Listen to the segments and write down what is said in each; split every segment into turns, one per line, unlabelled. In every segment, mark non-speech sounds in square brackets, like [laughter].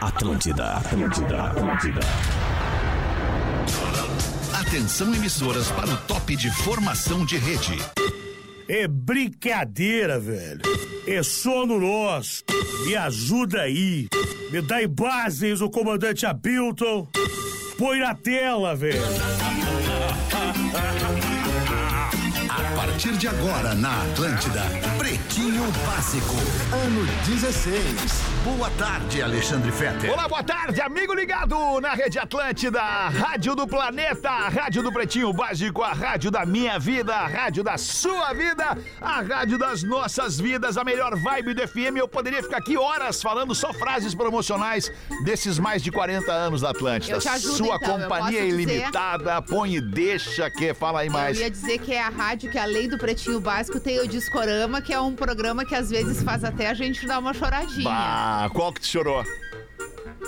Atlântida, Atlântida, Atlântida.
Atenção emissoras para o top de formação de rede.
É brincadeira, velho. É sono nosso. Me ajuda aí. Me dá em bases o comandante Abilton. Põe na tela, velho.
A partir de agora na Atlântida, Pretinho Básico, ano 16. Boa tarde, Alexandre Fetter.
Olá, boa tarde, amigo ligado na Rede Atlântida, a Rádio do Planeta, a Rádio do Pretinho Básico, a Rádio da Minha Vida, a Rádio da Sua Vida, a Rádio das Nossas Vidas, a melhor vibe do FM. Eu poderia ficar aqui horas falando só frases promocionais desses mais de 40 anos da Atlântida.
Eu te ajudo,
Sua
então, eu
companhia
posso dizer-
ilimitada, põe e deixa que fala aí mais.
Eu ia dizer que é a rádio que, além do Pretinho Básico, tem o Discorama, que é um programa que às vezes faz até a gente dar uma choradinha.
Bah, qual que te chorou?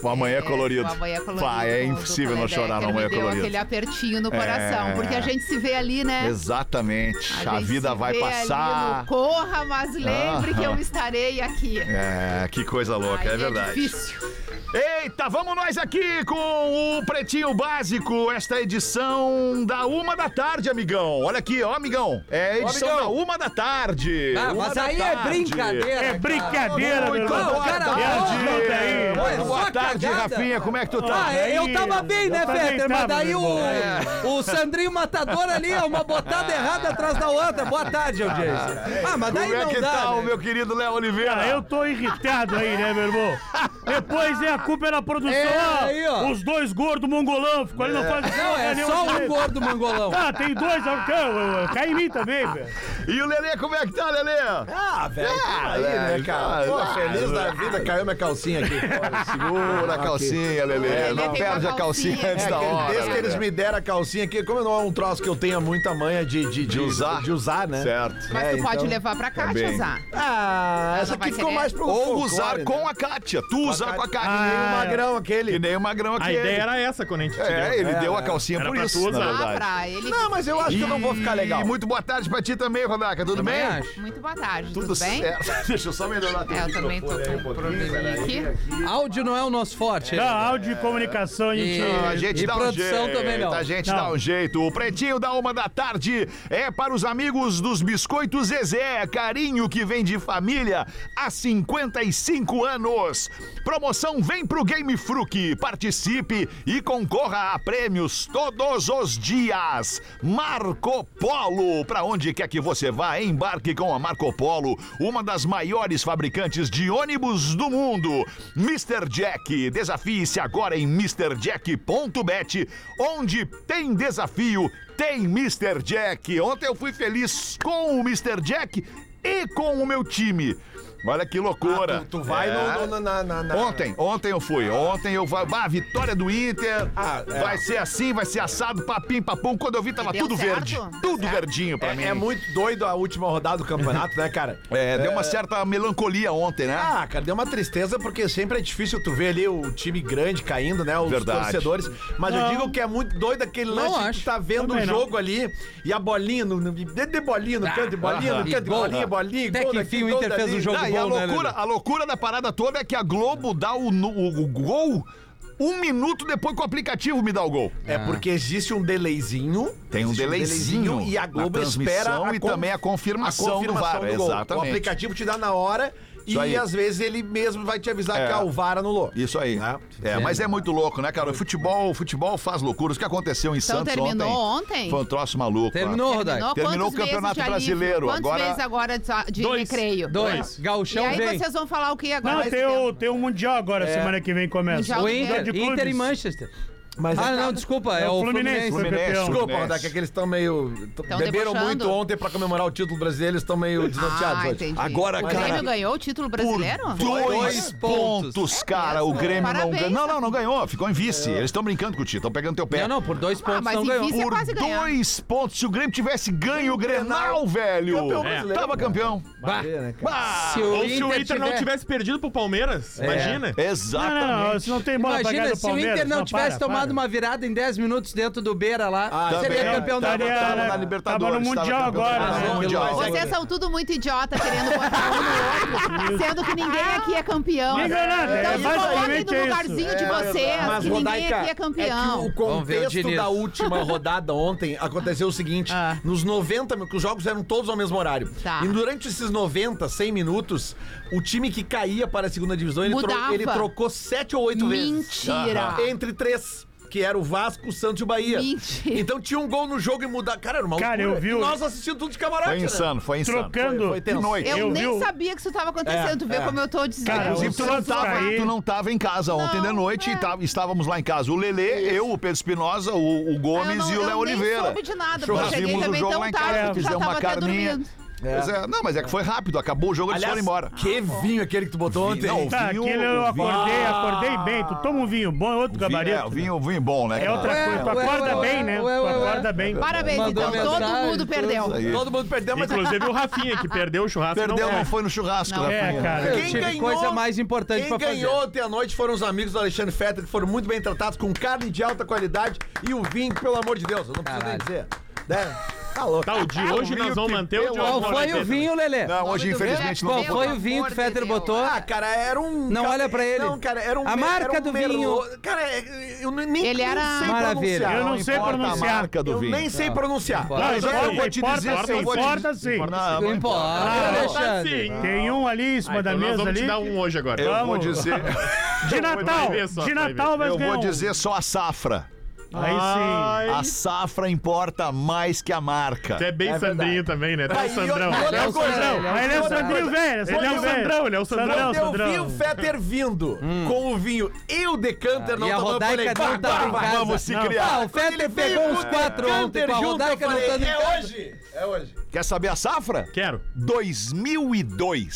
O amanhã é, colorido.
o Amanhã Colorido
Bah, é
do- do
impossível não
Kleber
chorar no
Becker
amanhã é
me deu
colorido.
aquele apertinho no coração,
É.
porque a gente se vê ali, né?
Exatamente. A,
gente
vida
se
vai
vê ali
passar.
no corra, mas lembre que eu
Aham.
estarei aqui.
É, que coisa louca,
Aí
é verdade.
difícil.
Eita, vamos nós aqui com o Pretinho Básico, esta edição da uma da tarde, amigão. Olha aqui, ó, amigão. É edição
amigão.
da uma da tarde.
Ah,
Uma
mas
da
aí
tarde.
é brincadeira.
É
cara.
brincadeira, meu
Muito
Não,
irmão.
boa
cara, é
tarde.
volta aí.
Muito
Olha,
boa
só
tarde,
cagada.
Rafinha. Como é que tu tá?
Ah, é, eu tava bem,
Eu
né,
também
Fetter? Mas
tava,
daí
meu
o,
É.
o Sandrinho Matador ali, é uma botada errada atrás da outra. Boa tarde, audiência. Ah, mas daí
Como é
não
que
dá.
tá o
né?
meu querido Léo Oliveira?
Ah, eu tô irritado aí, né, meu irmão? Depois é a culpa é da produção.
É,
ó.
aí, ó.
Os dois gordos mongolão ficam ali, não fazem
Não, é
nenhuma
só um
diferença.
gordo mangolão.
Ah, tem dois, ó, cai- ó, cai em mim também, velho.
E o Lelê, como é que tá, Lelê?
Ah,
É.
velho,
Ah,
ah, aí, né,
velho,
cara? Pô,
ah,
feliz
ah,
da vida, caiu minha calcinha aqui.
Segura a Ah, calcinha, Lelê.
Lelê
Não
pegou a
perde a calcinha
calcinha.
antes
É,
da
aquele-
hora. né?
desde que
Lelê.
eles me deram a calcinha aqui, como não é um troço que eu tenha muita manha de, de, de,
De usar.
de usar, né?
Certo.
Mas
É,
tu pode
então-
levar pra cá,
Também.
Tiazá.
Ah, essa
vai
aqui ficou
querer.
mais
é um
pro
Ou
folclore,
usar
né?
com a Kátia. Tu usar com a Kátia.
Que nem o magrão aquele.
Que nem o magrão aqui.
Ah, A ideia era essa quando a gente te
É, ele
É,
deu a
é.
calcinha
Era
por
pra tu
isso, na
usar.
Ah,
verdade.
pra ele.
Não, mas eu acho que eu não vou ficar legal.
E muito boa tarde pra ti também, Rodaca. Tudo
Também
bem?
acho.
Muito boa tarde, tudo,
Tudo
bem?
certo. [laughs] Deixa eu só melhorar teu
É, eu também tô
microfone aí um
com um
pouquinho,
probleminha
peraí.
aqui.
Áudio não é o nosso forte.
Dá
ah,
Ah, áudio e comunicação, a
E-
gente.
Não, a gente
E
dá um
produção
jeito.
também não.
A gente
Não.
dá um jeito. O pretinho da uma da tarde é para os amigos dos Biscoitos Zezé. É Carinho que vem de família há 55 anos. Promoção Vem pro Game Fruc. Participe e concorra a prêmios todos os dias. Marco Polo. Para onde quer que você vá, embarque com a Marco Polo, uma das maiores fabricantes de ônibus do mundo. Mr. Jack. Desafie-se agora em MrJack.bet, onde tem desafio, tem Mr. Jack. Ontem eu fui feliz com o Mr. Jack e com o meu time. Olha que loucura.
Ah, tu, tu vai
É.
no, no- na, na, na-
Ontem, ontem eu fui. Ontem eu vai. Ah, vitória do Inter.
Ah, é.
Vai ser assim, vai ser assado, papim, papum. Quando eu vi, tava
E deu
tudo
certo?
verde. Tudo verdinho pra
É,
mim.
é muito doido a última rodada do campeonato, né, cara?
[laughs] É, deu uma certa melancolia ontem, né?
Ah, cara, deu uma tristeza porque sempre é difícil tu ver ali o time grande caindo, né? Os
Verdade.
torcedores. Mas eu
Não.
digo que é muito doido aquele
Não
lance que
acho.
tu tá vendo o
Também não.
jogo ali e a bolinha, no, no- de, de bolinha no canto, de bolinha no
e
canto, de
gol.
bolinha, bolinha,
Até
gol
que
daqui,
enfim o
gol
Inter fez
dali.
um jogo
Ah, e a
bom, né,
loucura,
Lelê?
a loucura da parada toda é que a Globo dá o, nu- o- o gol um minuto depois que o aplicativo me dá o gol.
É porque existe um delayzinho.
Tem um
existe
delayzinho
e a Globo
na transmissão
espera
e
con-
também a confirmação
a
do
confirmação
VAR,
do gol.
exatamente.
O aplicativo te dá na hora
Isso aí.
e às vezes ele mesmo vai te avisar
É.
que ah, o VAR anulou.
Isso aí.
Ah,
É, mas é muito louco, né, cara? O futebol, o futebol faz loucuras. O que aconteceu em
Então
Santos
terminou
ontem?
ontem?
Foi um troço maluco.
Terminou, Rodaico.
Terminou
Quantos
o Campeonato
meses de alívio?
Brasileiro,
Quantos
agora-
meses agora de, de
Dois.
recreio?
Dois.
E
Galchão
aí
vem.
vocês vão falar o que agora?
Não,
Mas
tem o, tem o Mundial agora, semana que vem começa.
Mundial.
É. O
Mundial
Inter,
de
Inter e
clubes.
Manchester.
Mas
Ah,
é-
não, desculpa, é o Fluminense.
foi
Fluminense.
campeão.
Desculpa,
Fluminense.
Rodak, é que eles estão meio.
Tão
beberam
debochando.
muito ontem pra comemorar o título brasileiro, eles estão meio desnorteados
Ah,
hoje.
entendi.
Agora,
o
cara,
Grêmio ganhou o título
Por
brasileiro?
dois
Dois
pontos,
pontos,
cara. o
É mesmo?
Grêmio não
Parabéns, tá
ganhou. Não, não, não ganhou. Ficou em vice.
É.
Eles estão brincando com o Tito, estão pegando teu pé.
Não, não, por dois
Ah,
pontos
mas
não
em
ganhou.
vice é
Por
quase ganhar.
dois pontos. Se o Grêmio tivesse ganho o Grenal, velho.
Campeão
brasileiro,
Tava campeão.
Bah.
Bah!
Se o
Ou se o
Inter
Inter não
tiver- É.
tivesse perdido pro Palmeiras, imagina.
Não,
Exatamente.
não, não, se não tem bola pra ganhar
Imagina
do
se o
Palmeiras,
Inter não
para,
tivesse
para.
tomado dado uma virada em 10 minutos dentro do Beira lá.
Ah,
Seria
também.
campeão da
Tá, né?
Copa.
Tava na Libertadores.
Tava no
tava
Mundial
campeão
agora,
do
né?
mundo, Mundial.
Vocês são tudo muito idiota querendo botar um no outro, sendo que ninguém aqui é campeão.
Liga nada, é
então se coloquem
basicamente
no lugarzinho
isso.
É,
de vocês,
Mas,
que ninguém
Rodaica,
aqui é campeão.
que o
Vamos ver o
contexto
Diniz.
[laughs]
da última rodada ontem aconteceu o seguinte: nos 90, que os jogos eram todos ao mesmo horário.
Ah. Tá.
E durante esses 90, 100 minutos, o time que caía para a segunda divisão, ele, tro-
Mudava.
ele trocou 7 ou 8 vezes.
Mentira.
Aham. Entre três. Que era o Vasco, o Santos e o Bahia.
Mentira.
Então tinha um gol no jogo e mudar. Cara, era uma
Cara,
loucura.
eu vi
E
o-
Nós assistimos tudo de camarote.
Foi
né?
insano, foi insano.
Trocando.
foi tenso.
Que noite.
Eu,
Eu
nem
vi o-
sabia que isso tava acontecendo.
É,
tu vê
é.
como eu tô dizendo.
Cara,
Inclusive,
o
tu não,
Santos
tava,
cair.
tu não tava em casa ontem de
Não,
noite,
é.
e tava- estávamos lá em casa. O Lelê, eu, o Pedro Espinosa, o, o
Eu
Gomes
Ah, não,
e
eu
o
nem
Léo Oliveira.
soube de nada, porque eu
Nós
cheguei
vimos o
também
jogo lá
tão
em casa,
tarde que já
fizemos
tava
uma
até
carninha.
dormindo.
Pois é, não, mas é que foi rápido, acabou o jogo, eles foram embora.
Que vinho aquele que tu botou ontem.
Não, o
Tá,
vinho-
aquele eu
o vinho-
acordei, acordei bem. Tu toma um vinho bom, é outro gabarito.
É, o vinho, o vinho bom, né?
É
cara?
outra
Ué,
coisa. Tu
ué,
acorda
ué,
bem, né?
ué,
Tu
ué,
acorda bem.
Parabéns,
Mandou
então todo
mensagem,
mundo
tudo.
perdeu.
Aí.
Todo mundo perdeu, mas
Inclusive o Rafinha, que perdeu o churrasco.
Perdeu,
não
não
foi.
foi no churrasco, né,
Não.
Rafinha.
É, cara.
Eu
Quem
tive
ganhou-
coisa mais importante
Quem
pra fazer.
ganhou ontem à noite foram os amigos do Alexandre Fetter, que foram muito bem tratados, com carne de alta qualidade e o vinho, que, pelo amor de Deus, eu não preciso nem
Caralho.
dizer. Né? Tá louco.
Tá, o de hoje nós vamos manter o de hoje.
Qual
nós
foi
vamos
o
manter.
vinho, Lelê?
Não, hoje infelizmente não
Qual
Pelo
vou.
foi o vinho
amor
que o Fetter
de Deus.
botou?
Ah, cara, era um.
Não
cara,
olha pra ele.
Não, cara, era um.
A
mer-
marca
era
do
um
vinho.
Cara, é, eu nem
Ele
nem
era-
sei
Maravilha.
pronunciar.
Eu não sei
Importa a
pronunciar.
marca do
Eu
vinho.
nem sei pronunciar.
Não,
Mas
Não,
olha, eu vou te
importa,
dizer assim, eu vou te
importa sim.
Não,
Não
não importa.
importa,
Ah,
Alexandre.
sim.
Tem um ali em
Ah,
cima da
então nós
mesa
vamos
ali.
te dar um hoje agora.
[laughs] Eu vou
Vamos.
dizer,
De Natal.
ver só,
De
vai ver.
Natal vai
eu
ganhar
vou
um.
dizer só a safra.
Aí sim.
É
Ai,
A safra importa mais que a marca.
Tu é bem Sandrinho também, né? Tu é
Aí,
o Sandrão.
outra
Tu é o
coisa,
Sandrão.
ele é um
Mas ele é o Sandrinho velho.
Ele é o Sandrão, ele é o Sandrão.
Sandrão,
Quando eu vi
Sandrão.
o Fetter vindo com o vinho e o decanter,
e
Hum. não
a
tava eu
Rodaica
falei,
não
"Bah,
tava em
bah,
casa."
Então
vamos se
Não.
criar.
Ah, o
Quando ele
Fetter pegou
veio
uns
com o
quatro ontem
decanter
com a
junto, eu
Rodaica não
falei,
tá em
É
casa.
hoje, é hoje.
Quer saber a safra?
Quero.
2002.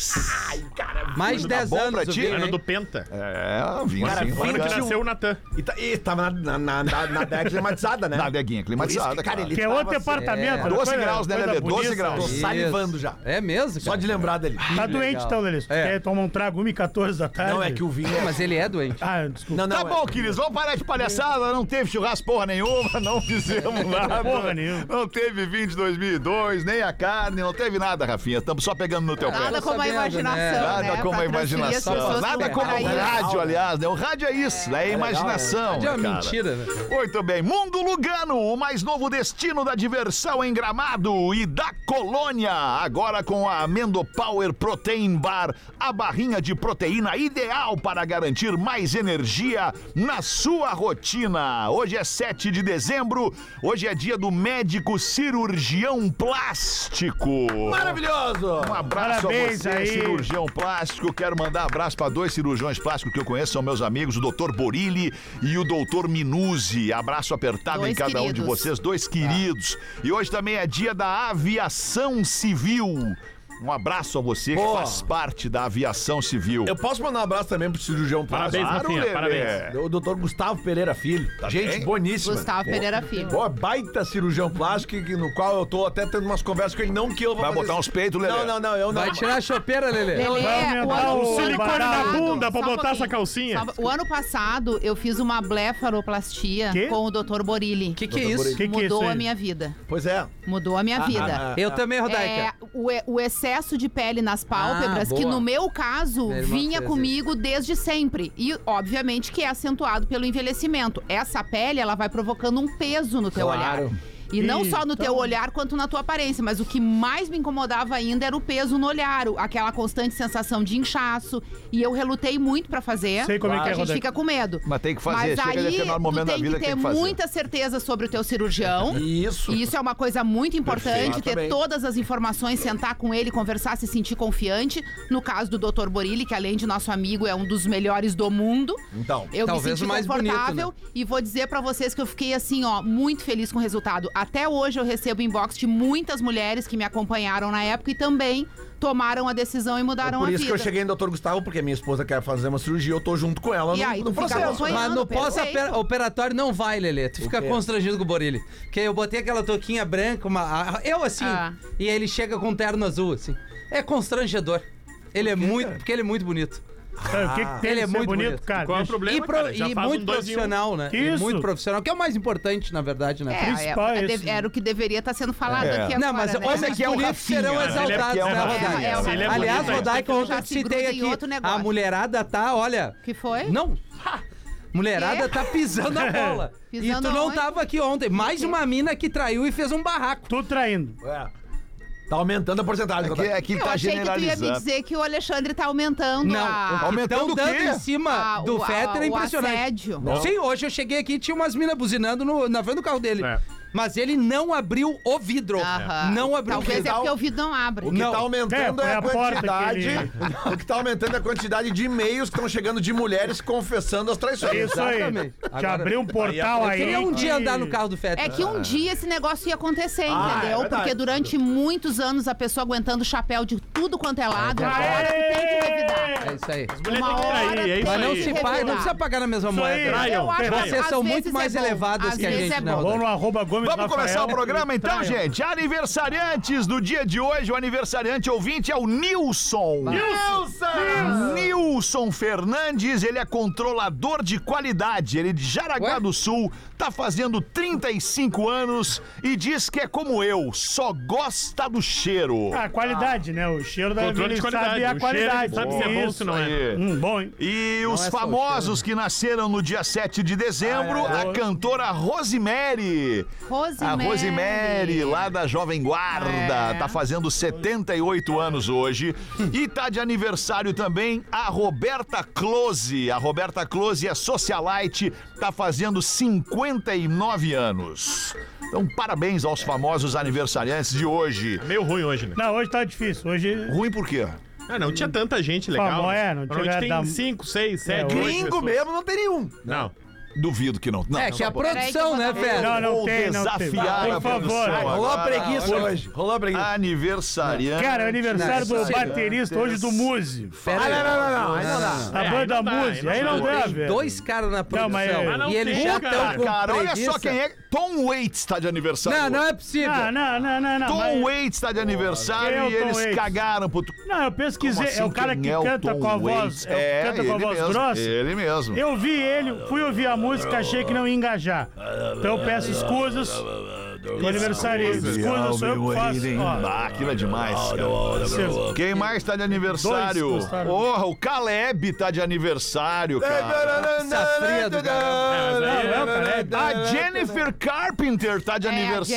Mais de
Tá
10
bom
anos.
pra
o
ti?
vinho,
Ano
hein?
do Penta.
É, vinho
Cara,
assim.
vinho
Ano que
olha.
de-
nasceu o Natan.
E, tá, e tava na, na, na, na década climatizada, né?
Na adeguinha
Por isso que,
climatizada, cara.
ele
Que é
tava
outro departamento.
é,
né?
12
Coisa-
graus, né,
coisa
Lelê? 12
bonita.
graus.
Tô salivando já.
É mesmo, cara.
Só de lembrar dele.
Tá
Que
doente
legal.
então, Lelê. Se tu
É.
Quer tomar um trago 1 e 14 da tarde?
Não, é que o vinho...
[laughs] Mas ele é doente.
Ah,
[laughs]
desculpa.
Não, não,
tá
é-
bom, queridos, vamos parar de palhaçada. Não teve churrasco porra nenhuma, [laughs] não
[laughs]
fizemos nada.
Porra nenhuma.
Não teve vinho de 2002, nem a carne, não teve nada, Rafinha. Estamos só pegando no teu pé.
Nada como a
sabendo,
imaginação,
né?
né?
Nada como a
Pra transferir as
imaginação.
pessoas
Nada
pro
como o
paraíso.
rádio, aliás, né? O rádio é isso, é, imaginação.
É uma
né, cara?
mentira, né?
Muito bem, Mundo Lugano, o mais novo destino da diversão em Gramado e da Colônia. Agora com a Amendo Power Protein Bar, a barrinha de proteína ideal para garantir mais energia na sua rotina. Hoje é 7 de dezembro, hoje é dia do médico cirurgião plástico.
Maravilhoso!
Um abraço
Parabéns
a você,
aí.
cirurgião plástico. Quero mandar abraço para dois cirurgiões plásticos que eu conheço, são meus amigos, o Dr. Borilli e o Dr. Minuzzi. Abraço apertado
Dois
em cada um de
queridos. Tá.
vocês, dois queridos. E hoje também é dia da aviação civil. Um abraço a você que
Boa.
faz parte da aviação civil.
Eu posso mandar um abraço também pro cirurgião
Parabéns,
plástico?
Rafinha,
Lelê.
parabéns.
O doutor Gustavo Pereira Filho. gente
bem?
boníssima.
Gustavo Pereira Filho.
Ó, baita cirurgião plástico, que- no qual eu tô até tendo umas conversas com ele, não que eu vou
Vai
fazer
botar
isso.
uns peitos, Lelê?
Não, não, não, eu não.
Vai tirar a chopeira, Lelê.
Lelê,
Vai
o
aumentar
ano-
o
o ano
silicone na
passado-
bunda pra
só um
botar essa
pouquinho.
calcinha.
Só- O ano passado eu fiz uma blefaroplastia
Quê?
com o Dr. Borilli.
O que, que é isso?
Que que é
Mudou
isso aí?
a minha vida.
Pois é.
Mudou a minha
Ah,
vida.
Eu também,
É,
Rodaica.
o, e- o excesso de pele nas pálpebras,
Ah,
que
boa.
no meu caso
Minha irmã
vinha
fez
comigo desde sempre. E obviamente que é acentuado pelo envelhecimento. Essa pele, ela vai provocando um peso no teu
Claro.
olhar. E não só no teu olhar quanto na tua aparência, mas o que mais me incomodava ainda era o peso no olhar, o- aquela constante sensação de inchaço. E eu relutei muito pra fazer.
Sei como é que é,
A gente
Rodaica.
fica com medo.
Mas tem que fazer,
Mas
chega
aí,
determinado momento
tu
da
tem
vida
que
que
ter
tem que fazer.
muita certeza sobre o teu cirurgião.
Isso.
E isso é uma coisa muito importante,
Perfeito.
ter
Também.
todas as informações, sentar com ele, conversar, se sentir confiante. No caso do Dr. Borilli, que além de nosso amigo, é um dos melhores do mundo.
Então.
Eu
Talvez
me senti
o mais bonito, né?
confortável e vou dizer pra vocês que eu fiquei assim, ó, muito feliz com o resultado. Até hoje eu recebo inbox de muitas mulheres que me acompanharam na época e também tomaram a decisão e mudaram
É Por
a
isso
vida.
que eu cheguei no Dr. Gustavo, porque minha esposa quer fazer uma cirurgia, eu tô junto com ela
E
no,
aí,
no
tu fica
processo.
acompanhando.
Mas no
Perfeito.
pós-operatório não vai, Lelê. Tu fica
quê?
constrangido com o Borilli. Porque eu botei aquela touquinha branca, uma, a- eu assim,
Ah.
e aí ele chega com um terno azul, assim. É constrangedor. Ele é muito, porque ele é muito bonito.
Sabe, Ah, o que, que tem
Ele
de
é
ser
muito bonito.
cara?
Qual é o
E,
Deixa-
problema,
pro-
cara? Já
e
faz
muito
um dois em um.
profissional, né?
Que
E
isso?
Muito profissional, que é o mais importante, na verdade, né?
É,
Principal
é,
é
de-
esse.
era o que deveria estar sendo falado
É.
aqui agora,
Não, mas
né?
olha
Mas
que
tu-
é
o
o
Rafinha,
políticos serão
mas ele é-
exaltados
é o
na
Rafinha,
rodada.
se ele é
Aliás,
bonito, aí
Rodaica,
tu é já
ontem eu
se
citei
gruda em
aqui.
outro negócio.
A mulherada tá, olha.
Que foi?
Não! Mulherada
Quê?
tá pisando
[laughs]
a bola. e
Pisando
tu não
aonde?
tava aqui ontem. Mais uma mina que traiu e fez um barraco.
Tô traindo.
Tá aumentando a porcentagem.
É que, é que
Eu
tá
achei que tu ia me
generalizando.
dizer que o Alexandre tá aumentando
Não,
a...
Aumentando
Então
o
dando
quê?
em cima
a-
do
Ah, o- a-
Fetter
o
é impressionante.
assédio.
Sim, hoje eu cheguei aqui e tinha umas minas buzinando no- na frente do carro dele.
É.
Mas ele não abriu o vidro.
Aham.
Não abriu o
Talvez é
vidro.
quintal.
porque o vidro não abre.
O que
Não.
tá aumentando
É, foi
é, a
a porta que
quantidade.
ele-
[laughs] O que tá aumentando é a quantidade de e-mails que estão chegando de mulheres confessando as traições.
É Isso aí.
Exatamente.
Te
Agora-
abriu um portal
Eu
aí.
queria um
que-
dia andar no carro do Fetter.
É que um dia esse negócio ia acontecer,
Ah, é
entendeu?
verdade.
Porque durante muitos anos a pessoa aguentando o chapéu de tudo quanto é lado, agora
Aê!
tem que revidar.
É isso aí.
Mulher
Uma
tem que
hora
trair, é
tem
isso
Mas não
aí.
se paga, não precisa pagar na mesma
Isso aí.
moeda.
Traiam,
Eu acho que
traiam.
Vocês
às
são muito
vezes
mais
é bom.
elevadas
Às
que a
vezes
gente,
é
né,
bom.
Rodaica?
Vamos no arroba Gomes
Vamos
Rafael.
começar o programa então,
Traiam.
gente. Aniversariantes do dia de hoje, o aniversariante ouvinte é o Nilson. Nilson! Nilson Fernandes, ele é controlador de qualidade, ele é de Jaraguá
Ué?
do Sul, tá fazendo 35 anos e diz que é como eu, só gosta do cheiro.
Ah, qualidade, né? O cheiro da vida
Controle de
ele sabe
qualidade.
a
O
qualidade.
cheiro, ele sabe se é bom ou se não é.
Isso aí.
Hum, bom, hein?
E os
é só o
famosos que nasceram no dia 7 de dezembro, a cantora Rosemary. A
Ah,
Rosemary.
Rosemary, lá da Jovem Guarda,
É.
tá fazendo 78 anos hoje. E tá de aniversário também a Roberta Close. A Roberta Close é socialite, tá fazendo 59 anos. Então, parabéns aos famosos aniversariantes de hoje.
Meio ruim hoje, né?
Não, hoje tá difícil. Hoje.
Ruim por quê?
Ah, não tinha tanta gente legal.
Famo-
né?
é, não tinha
Normalmente
da-
tem 5, 6, 7,
hoje-
8
Gringo mesmo não tem nenhum.
Não.
Duvido que não. não
É que
tá
a
bom.
produção,
Peraí que eu vou dar-
né, Fetter?
Não, não
Vou
tem, não tem.
desafiar a
Por favor.
produção
Rolou a
agora.
preguiça hoje. Rolou a preguiça.
Aniversariante.
né?
Cara, é o aniversário do
Aniversário.
baterista hoje do Muzi.
Pera
Ah,
aí.
não, não, não, não. Aí não dá.
A
É,
banda
aí não dá,
Muzi. Aí
aí não
não
dá.
dá,
Tem
velho.
dois caras na produção.
mas é-
Mas não
E eles
tem,
já
cara.
estão com
Cara, olha
preguiça.
só quem é. Tom Waits tá de aniversário.
Não, não
hoje.
é possível.
Ah, não, não, não, não.
Tom
mas-
Waits tá de aniversário
Quem é o
e
Tom
eles
Waits?
cagaram pro. tu-
Não, eu pesquisei.
Como
é o
assim,
cara
quem
que
o
canta
Tom
com a voz,
Waits?
é, o que canta com a
ele
voz
mesmo,
grossa.
É.
Ele mesmo.
Eu vi ele, fui ouvir a música, achei que não ia engajar. Então eu peço escusas. Do aniversário,
é
escusas sou eu que faço. Ó,
Ah, aquilo é demais. cara.
vocês-
Quem mais tá de aniversário?
Dois gostaram.
Porra, o Caleb tá de aniversário,
É,
cara.
Essa fria do
Ah, mas aí-
não, peraí.
A é Jennifer Carpenter tá de
É,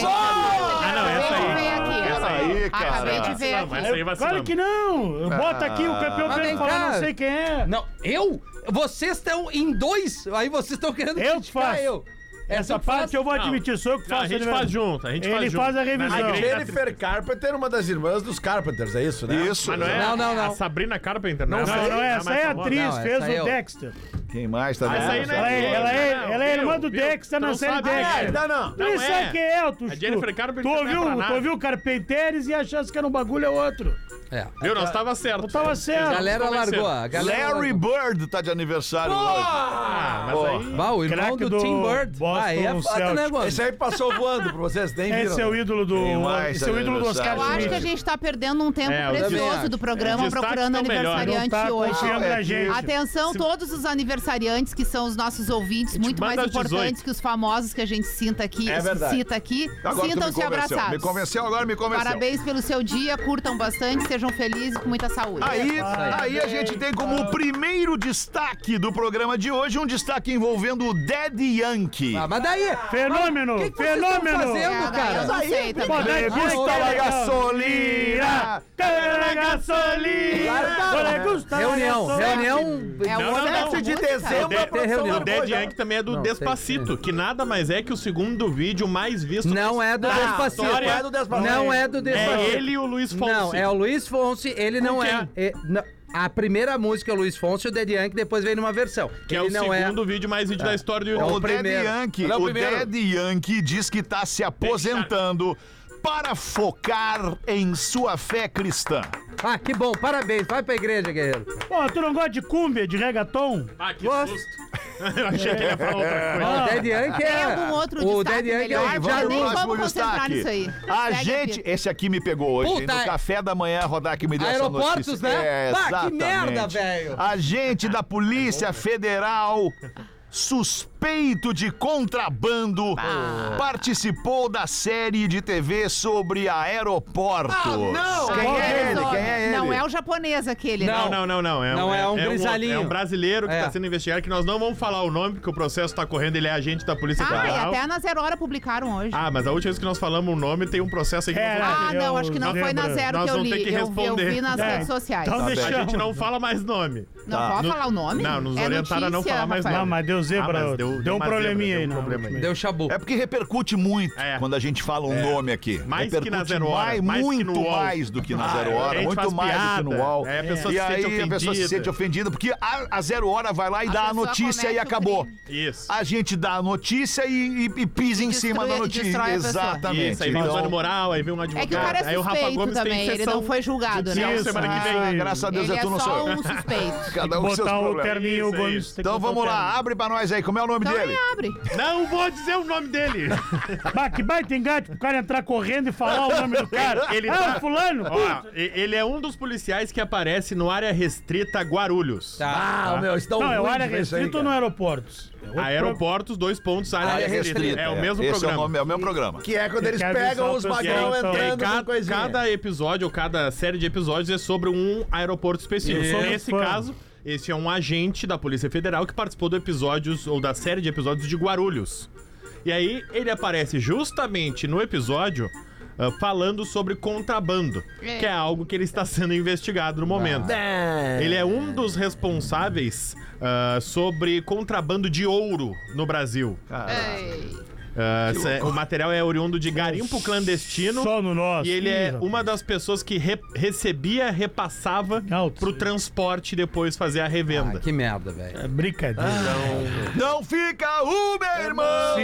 aniversário.
Ah,
não, essa aí.
Essa aí, cara.
Acabei de ver
Não,
aqui.
mas essa aí
Claro
vacilamos.
que não! Bota aqui o campeão
Ah,
pra ele
vem
falar,
cá.
não sei quem é.
Não, eu? Vocês estão em dois. Aí vocês estão querendo
Eu
criticar
faço.
eu.
Essa
eu
parte
faço.
eu vou
Não.
admitir, sou eu que
Não,
faço.
a gente
aniversário.
faz junto, a gente
Ele
faz junto.
faz a
Na
revisão.
igreja.
Jennifer Carpenter, uma das irmãs dos Carpenters, é isso, né?
Isso.
Mas não é
Não, não,
a
não.
Sabrina Carpenter,
Não,
Ela
não é,
a
essa aí é
famosa?
atriz,
Não,
fez
essa é
o
eu.
Quem
Quem mais tá de
Essa aí
aniversário?
não é
Ela é-
ninguém,
ela é-
não,
ela é
viu,
irmã do
viu?
Dex, tá
Tu
na
não
série
sabe.
Dex.
Ah,
É, não, não.
Não
Tu sabe
é.
quem é, tu,
A Jennifer Carpenter
tu
não é
ouviu,
pra nada.
tu ouviu o Carpenteiros e achasse que era um bagulho, é outro.
É.
Viu? Nós tava certo.
Eu tava certo.
A galera largou. A galera
Larry
largou.
Bird tá de aniversário hoje.
Ah, mas aí...
Bah, o irmão
Craque
do,
do
Tim Bird.
Boston
Aí é foda,
Celtics.
né, mano?
Esse aí passou voando pra vocês, nem viram.
Esse é o ídolo do.
Quem mais
Esse é o ídolo do Oscar
aniversário?
Eu acho que a
Schmidt.
gente tá perdendo um tempo
É, eu também
precioso
acho.
do programa
Os destaques
procurando
tão melhores.
aniversariante
Não tá
hoje.
confiando na gente.
Atenção, todos os aniversariantes que são os nossos ouvintes, muito mais
manda às
importantes
18.
que os famosos que a gente sinta aqui,
É verdade.
cita aqui,
Agora tu me
sintam-se
convenceu.
abraçados.
Me convenceu, agora me convenceu.
Parabéns pelo seu dia, curtam bastante, sejam felizes e com muita saúde.
Aí, aí a gente tem como o primeiro destaque do programa de hoje um destaque envolvendo o Dead Yankee.
Ah, mas daí.
Fenômeno!
O que que vocês tão
fenômeno!
fazendo?
Ah,
cara.
eu não sei também.
né?
É
gusta la gasolina! la gasolina! Olha, gusta la
Reunião,
gasolina.
reunião.
É
Não,
o
não, não.
ano da
de
música.
Então
dezembro,
Tem
a produção
reunião.
O
largou
Dead
né?
já.
Yankee também é do
Não, tem
Despacito, que nada mais é que o segundo vídeo mais visto.
Não é do
da
Despacito.
história.
Não é do Despacito.
Não é do Despacito.
É ele e o Luiz Fonsi.
Não, é o Luiz Fonsi, ele não é, é- não- A primeira música é o Luiz Fonsi e o Dead Yankee depois vem numa versão.
Que é
ele
o
não É.
segundo vídeo mais vídeo da história do
O,
YouTube.
o
Dead
primeiro.
Yankee,
Ele é o
o,
primeiro.
Dead Yankee diz que está se aposentando para focar em sua fé cristã.
é. Ah, que bom, parabéns. Vai pra igreja, guerreiro.
Pô, tu não gosta de cumbia, de reggaeton? Ah,
Ah, que
Gosto.
susto. Eu achei que ele ia falar outra coisa.
O Dead Yankee é...
Tem algum outro
o
destaque
Dead Yankee
melhor?
é...
Já
Vamos
nem
pro
lá.
vamos concentrar
destaque.
nisso aí.
A
Segue
gente.
a vida.
Esse aqui me pegou hoje, hein?
Puta,
No
é-
café da manhã, Rodar que me deu
Aeroportos,
essa notícia.
né? Bah, que
exatamente.
merda, velho.
Agente da Polícia Federal. Suspeito de contrabando, participou da série de TV sobre aeroporto.
Ah, não!
Quem
Qual
é ele?
deles,
Quem é ele?
Não é o japonês aquele, né?
Não, não, não, não. É
Não, é um grisalhinho.
É um brasileiro que
É.
está sendo investigado, que nós não vamos falar o nome, porque o processo está correndo, ele é agente da Polícia
Ah, e
Federal.
até na Zero Hora publicaram hoje.
Ah, mas a última vez que nós falamos o nome tem um processo aí que
É,
nós
Ah,
eu
não, acho que não foi na
lembro.
zero
Nós
que eu
vamos ter
li.
que
eu, vi- eu
responder.
vi nas
É,
redes sociais.
Então
Tá A
deixamos.
gente não fala mais nome.
Não
Tá.
pode
No-
falar o nome?
Não, nos
É
orientaram a não
notícia,
falar mais
Rafael.
Não, mas deu zebra.
Ah, mas
deu,
deu-
um
deu uma
probleminha
zebra, deu
aí,
um
não.
problema aí.
Deu chabu.
É porque repercute muito
É.
quando a gente fala um nome aqui.
Mais que
repercute
na Zero Hora,
mais-
mais que
muito
no UOL.
mais do que na
Ah,
Zero
a
Hora,
gente
muito
faz
mais do que no
piada.
UOL.
É, a pessoa
e
se
aí
sente
a pessoa se
ofendida.
sente ofendida, porque a, a Zero Hora vai lá e
A
dá a
pessoa
notícia e
comete o
acabou.
crime.
Isso.
A gente dá a notícia e, e- e pisa em
Destrói-
cima da
destrói
notícia.
a pessoa.
Exatamente. Então,
Isso, aí vem o Zônio Moral, aí vem um advogado.
É que o cara é
aí o Rafa
suspeito
Gomes
também,
tem
ele
sessão
não foi julgado, né?
judicial
Isso,
semana que
isso
vem.
aí.
Ah, graças a Deus
Ele
é
é
tu, não sou
só
eu.
um
[laughs]
suspeito.
Cada um com seus
Botar o
problemas.
terninho, o
Isso,
Gomes.
isso.
tem que
Então
botar o
vamos lá,
terninho.
abre pra nós aí. Como é o nome
Então
dele?
nem abre.
Não vou dizer o nome
[laughs]
dele.
Bah, que baita engate pro cara entrar correndo e falar o nome do cara.
[laughs] Ele
ah,
tá-
o fulano.
Ó, e- ele é um dos policiais que aparece no área restrita Guarulhos.
Tá.
Ah, meu, isso dá um
Não, é o
ruim
área
de ver isso aí,
restrita ou no
cara.
aeroporto? É outro
Aeroportos, dois pontos, área,
Área
restrita.
restrita,
É o
é.
mesmo
Esse é o,
programa.
nome, é o meu programa.
Que é quando
Eu
eles
quero
pegam
avisar
os
o pessoal,
magrão
então.
É,
entrando
cada,
com coisinha.
cada episódio ou cada série de episódios é sobre um aeroporto específico.
Eu sou um
Nesse
fã.
caso, esse é um agente da Polícia Federal que participou do episódios ou da série de episódios de Guarulhos. E aí ele aparece justamente no episódio ah, falando sobre contrabando,
É.
que é algo que ele está sendo investigado no momento.
Ah.
Ele é um dos responsáveis ah, sobre contrabando de ouro no Brasil.
Ei.
Ah, cê- o material é oriundo de garimpo clandestino.
Só no nosso.
E ele
Ih,
é
Assim rapaz.
uma das pessoas que re- recebia, repassava
Alto.
pro transporte e depois fazer a revenda.
Ah, que merda, velho.
É brincadeira.
Não fica Uber,
Ah.
irmão!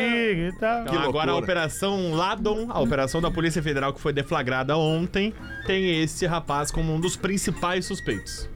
Sim, tá.
Então,
que
agora a
loucura.
Operação Ladon, a operação da Polícia Federal que foi deflagrada ontem, tem esse rapaz como um dos principais suspeitos.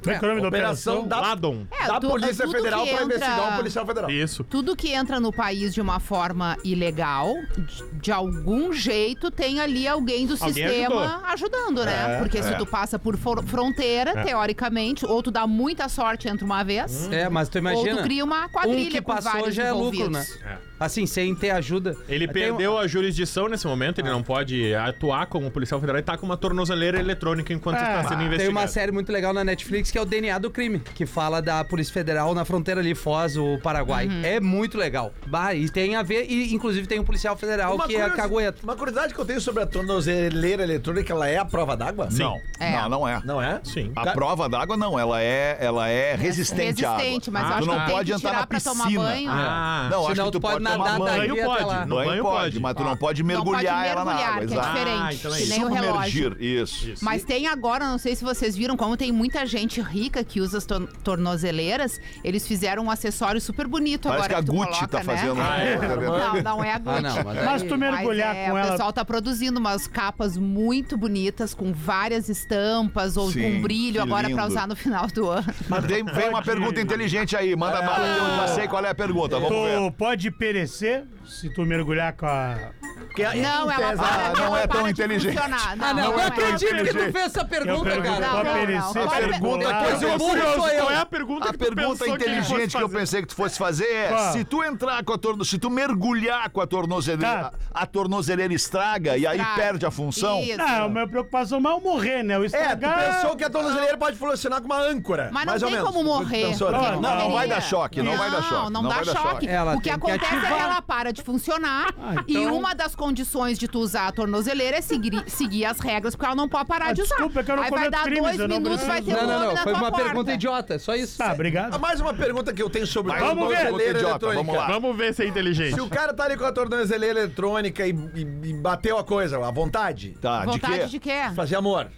Como é que é o nome da
Operação
operação?
da,
Ladon.
É,
da
tu-
Polícia
tudo
Federal
que
pra
entra-
investigar um policial federal.
Isso.
Tudo que entra no país de uma forma ilegal, de, de algum jeito, tem ali alguém do
Alguém É,
sistema ajudando, né? Porque se tu passa por for- fronteira, teoricamente, ou tu dá muita sorte entra uma vez,
É, mas tu imagina...
ou tu cria uma
um
quadrilha
que
com
passou
vários
já é lucro, né?
envolvidos.
Assim, sem ter ajuda.
Ele
Tem Ah. um-
perdeu a jurisdição nesse momento, ele não pode atuar como policial federal e tá com uma tornozeleira eletrônica enquanto
É,
está sendo
Ah. Tem
investigado.
uma série muito legal na Netflix que é o DNA do crime, que fala da Polícia Federal na fronteira ali, Foz, o Paraguai.
Uhum.
É muito legal. Bah, e tem a ver, e inclusive tem um policial federal que é
curiosi-
cagueta.
uma curiosidade que eu tenho sobre a tornozeleira eletrônica, ela é a prova d'água?
Sim.
Não,
É.
não, não é.
Não é?
Sim.
A prova d'água não, ela é, ela é resistente, à água.
Resistente, mas
Ah,
eu acho
tu não
que tem
pode
que
entrar
tirar
na
pra tomar
piscina.
banho.
Ah.
Não, acho
Senão
que tu
tu pode
pode tomar
nadar
banho.
daí
Banho
até
pode,
lá.
no
Banho
banho
pode,
pode.
mas tu não pode
Ah. Não pode
mergulhar ela na
mergulhar,
água.
que é
exato.
Ah,
diferente.
então é
que nem o relógio.
Submergir, isso.
Isso.
Mas tem agora, não sei se vocês viram, como tem muita gente rica que usa as tor- tornozeleiras, eles fizeram um acessório super bonito
Parece
agora.
que a
tu
Gucci
coloca,
tá
né?
fazendo.
Ah,
Não, não é a Gucci.
Ah, não, mas
Mas tu mergulhar
Mas é,
com
O
ela-
pessoal tá produzindo umas capas muito bonitas, com várias estampas ou
Sim,
com um brilho
que
agora
lindo.
pra usar no final do ano.
Mas tem- vem uma pergunta inteligente aí,
Ah.
manda bala. Eu já sei qual é a pergunta, vamos ver.
Tu pode perecer se tu mergulhar com a.
Porque em
Não, ela
tese,
para,
ah, não
ela
é
para
tão
de
inteligente.
funcionar.
Ah, não, eu
é.
acredito que tu
Gente,
fez essa pergunta,
pergunto,
Não,
pode
não,
cara.
não.
perecer,
Pode-
mergulhar.
Depois eu-
Eu sou
Curioso,
curioso,
eu.
qual é a pergunta
A
que tu
pergunta
pensou que ele fosse
inteligente que, eu
fazer?
pensei que tu fosse fazer é:
Qual?
se tu entrar com a tornozeleira, se tu mergulhar com a tornozeleira,
Tá.
a tornozeleira estraga e aí
Estraga.
perde a função.
Isso.
Não, a minha preocupação mais é eu morrer, né? O
É, tu
estragar.
pensou que a tornozeleira pode funcionar com uma âncora.
Mas não
mais ou
tem
menos.
como morrer,
Pensou, assim?
porque
não
não, não,
Não
morreria.
vai dar choque, não, vai dar choque.
Não, dá
vai dar
choque.
Ela
o que
tem que
acontece é
ativar.
que ela para de funcionar e uma das condições de tu usar a tornozeleira é seguir, seguir as regras, porque ela não pode parar
Ah,
de usar.
desculpa, é que eu não
Aí vai
cometo
dar
crimes,
dois
eu não
minutos, vai ter
preciso.
um
Não, não,
homem
não.
na
Foi
tua
uma
porta.
pergunta idiota, só isso.
Tá,
Ah,
obrigado.
Mais uma pergunta que eu tenho sobre a
Mais uma pergunta
tornozeleira
idiota, vamos
eletrônica.
lá.
Vamos ver se é inteligente.
Se o cara tá ali com a tornozeleira eletrônica e, e- e bateu a coisa, a vontade,
Tá, de
Vontade
quê?
de quê?
fazer amor.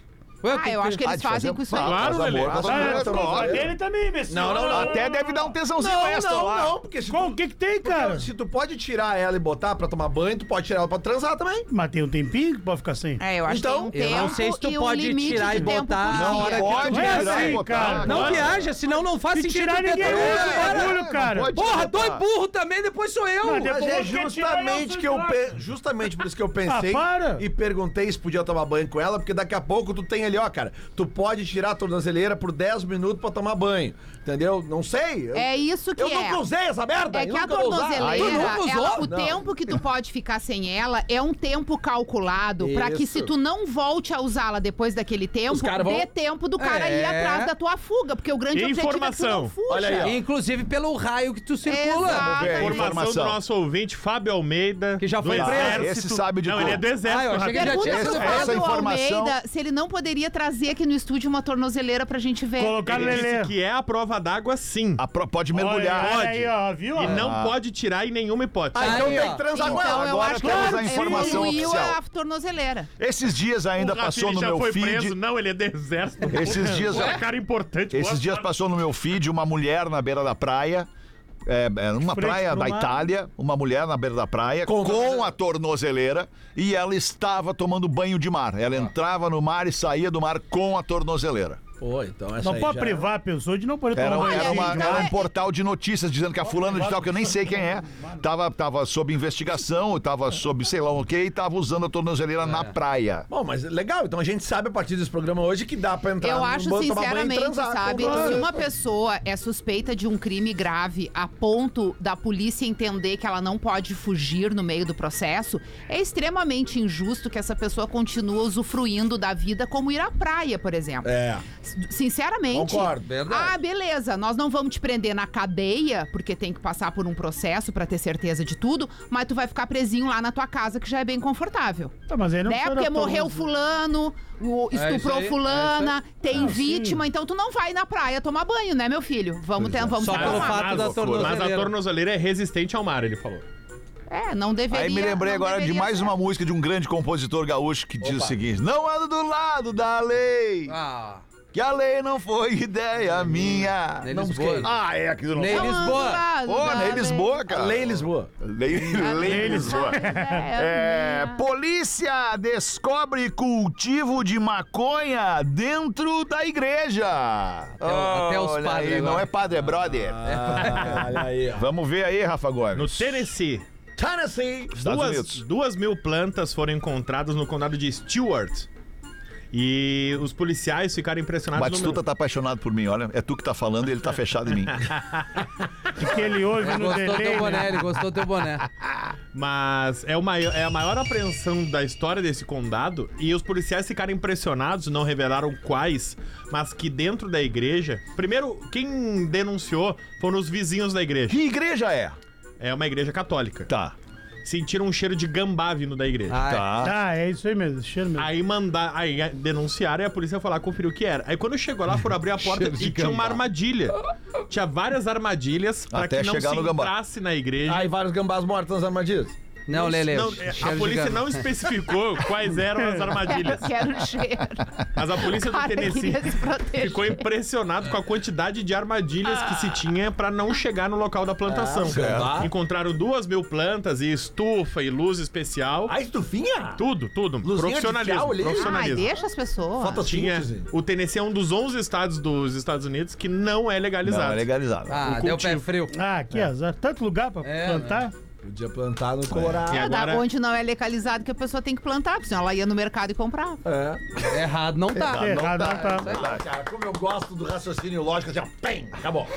Ué,
Ah, eu acho que
Ah,
eles
de fazer
fazem com isso aí.
Claro,
Mas
Lelê.
amor, mas
Ah,
amor,
é,
mas
pô,
amor.
a dele também, Messi.
Não, não, não,
Até deve dar um tesãozinho
Não,
extra
não,
lá.
não, porque se
Qual-
tu-
o que que tem,
porque
cara?
Se tu pode tirar ela e botar pra tomar banho, tu pode tirar ela pra transar também.
Mas tem um tempinho que pode ficar sem.
É, eu acho
Então,
que tem um
eu
tempo
não sei se tu
e
pode
um limite
tirar
de
e
tempo
botar
por
na
dia.
hora que
Pode
Não é
tirar
assim,
e botar.
cara.
Não
tá Agora-
viaja, senão não faz
Se
sentido.
tirar,
tu
ninguém
tentar-
usa o
É,
bagulho, cara.
pode
Porra,
botar.
dois burros também, depois sou eu.
Mas depois-
Mas é
Porque tirar é o
justamente que eu
suicídio.
pe- justamente por isso que eu pensei
Ah, para.
e perguntei se podia tomar banho com ela, porque daqui a pouco tu tem ali, ó, cara, tu pode tirar a tornozeleira por 10 minutos pra tomar banho. Entendeu? Não sei. Eu,
É isso que
eu
é.
nunca usei essa merda.
É
eu
que a
nunca vou usar.
tornozeleira, é
Tu nunca usou?
ela- o
Não.
tempo que tu pode ficar sem ela é um tempo calculado pra que
Isso.
se tu não volte a usá-la depois daquele tempo,
Os cara vão-
dê tempo do cara
É.
ir atrás da tua fuga, porque o grande
Informação.
objetivo é que tu não fuja.
Olha aí, ó.
Inclusive pelo raio que tu circula.
Exatamente.
Informação do
É, Informação.
nosso ouvinte, Fábio Almeida.
Que já
do
foi preso.
Exército.
Esse sabe de
Não,
tudo.
ele é do Exército.
Ah, eu achei que ele já
rapaz.
Pergunta
tinha-
pro
Essa-
Fábio
essa informação-
Almeida se ele não poderia trazer aqui no estúdio uma tornozeleira pra gente ver.
Colocar
Ele disse
Lelê.
que é a prova d'água, sim.
A pro- Pode
Olha,
mergulhar.
olha
Pode.
aí, ó, viu?
E
ah.
ó?
não pode tirar em nenhuma hipótese.
Ah, então
Tá Aí,
tem
ó.
que transar
Então
com ela.
eu
agora
acho
temos
que assim.
a informação
evoluiu
oficial.
é a tornozeleira.
Esses dias ainda
O Rafinha
passou no
já
meu
foi
feed.
preso. Não, ele é do Exército.
Esses dias-
É cara importante.
Esses
gosto
dias
tanto.
passou no meu feed uma mulher na beira da praia. É, é, numa
Frente
praia
pro
da
mar.
Itália, uma mulher na beira da praia com, a tornozeleira e ela estava tomando banho de mar. Ela entrava no mar e saía do mar com a tornozeleira.
Pô, então essa
Não
aí
pode
já-
privar a pessoa de não poder
Era, um-
tomar
era
Olha,
uma-
então
era um
é-
portal de notícias dizendo que a fulana de tal, que eu nem sei quem é, tava, tava sob investigação, tava sob sei lá o que, e tava usando a tornozeleira na praia.
Bom, mas legal, então a gente sabe a partir desse programa hoje que dá pra entrar
Eu
no
acho,
banho, tomar banho e
sinceramente,
transar com
sabe?
banho.
Se uma pessoa é suspeita de um crime grave a ponto da polícia entender que ela não pode fugir no meio do processo, é extremamente injusto que essa pessoa continua usufruindo da vida como ir à praia, por exemplo.
É.
S- Sinceramente.
Concordo, é verdade.
Ah, beleza, nós não vamos te prender na cadeia, porque tem que passar por um processo pra ter certeza de tudo, mas tu vai ficar presinho lá na tua casa, que já é bem confortável.
Tá, mas aí não
Né?
precisa
Porque
da
morreu
tornozeleira.
fulano, o-
É isso
estuprou
aí,
fulana, tem
Ah,
vítima, então tu não vai na praia tomar banho, né, meu filho? Vamos tentar, vamos
é. Só
se
pelo
acalmar.
fato da tornozeleira.
Mas a tornozeleira é resistente ao mar, ele falou.
É, não deveria.
Aí me lembrei
não
agora de
deveria
mais
ser.
uma música de um grande compositor gaúcho que diz o seguinte: Não ando do lado da lei,
Ah,
que a lei não foi
Hum,
ideia minha.
nem
Não
Lisboa.
busquei.
Ah, é aquilo não.
Nem
Não ando do
Lisboa.
lado
Pô,
da
nem
lei.
Lisboa, cara.
Lei Lisboa.
Lei, lei Lisboa. É, polícia descobre cultivo de maconha dentro da igreja. Até,
o- até os padres
Não
agora. É.
é padre, é brother.
Ah, olha aí, ó.
Vamos ver aí, Rafa Gomes.
No Tennessee,
Tennessee.
Estados
duas,
Unidos.
duas mil plantas foram encontradas no condado de Stewart. E os policiais ficaram impressionados.
Batistuta tá apaixonado por mim, olha. É tu que tá falando e ele tá fechado em mim.
Que ele ouve no
Gostou É do teu
delay,
boné,
né?
ele gostou do teu boné.
Mas é, o maior, é a maior apreensão da história desse condado. E os policiais ficaram impressionados, não revelaram quais, mas que dentro da igreja. Primeiro, quem denunciou foram os vizinhos da igreja.
Que igreja é?
É uma igreja católica.
Tá.
Sentiram um cheiro de gambá vindo da igreja.
Ah,
Tá.
Ah, é isso aí mesmo, cheiro mesmo.
Aí mandar, aí denunciaram e a polícia foi lá conferir o que era. Aí quando chegou lá, foram abrir a porta
Cheiro de
e tinha uma
gambá.
armadilha. Tinha várias armadilhas pra
Até
que não
chegar
se
no gambá.
entrasse na igreja.
Aí vários gambás mortos nas armadilhas.
Não, Lele.
Não, é, a polícia não especificou quais eram as armadilhas.
[laughs] Quero cheiro.
Mas a
[laughs]
polícia do
Cara,
Tennessee
Ah, queria se proteger.
ficou impressionado com a quantidade de armadilhas que
Ah.
se tinha pra não chegar no local da plantação.
Ah,
Ah.
certo.
Encontraram duas mil plantas e estufa e luz especial.
A estufinha?
Tudo, tudo. profissionalismo.
artificial ali?
Ai,
Profissionalismo.
deixa as pessoas.
Ah,
Tinha,
Síntese.
o Tennessee é um dos 11 estados dos Estados Unidos que não é legalizado.
Não, é legalizado.
Ah,
o
deu
cultivo.
pé frio.
Ah, que azar. Tanto lugar pra
É,
plantar.
Podia plantar no Colorado.
E
É, da
agora,
onde não é legalizado que a pessoa tem que plantar, porque senão ela ia no mercado e comprava.
É.
Errado não tá.
Não
Errado,
tá,
não tá.
Ah, cara, como eu gosto do raciocínio lógico, assim, ó, pem, acabou.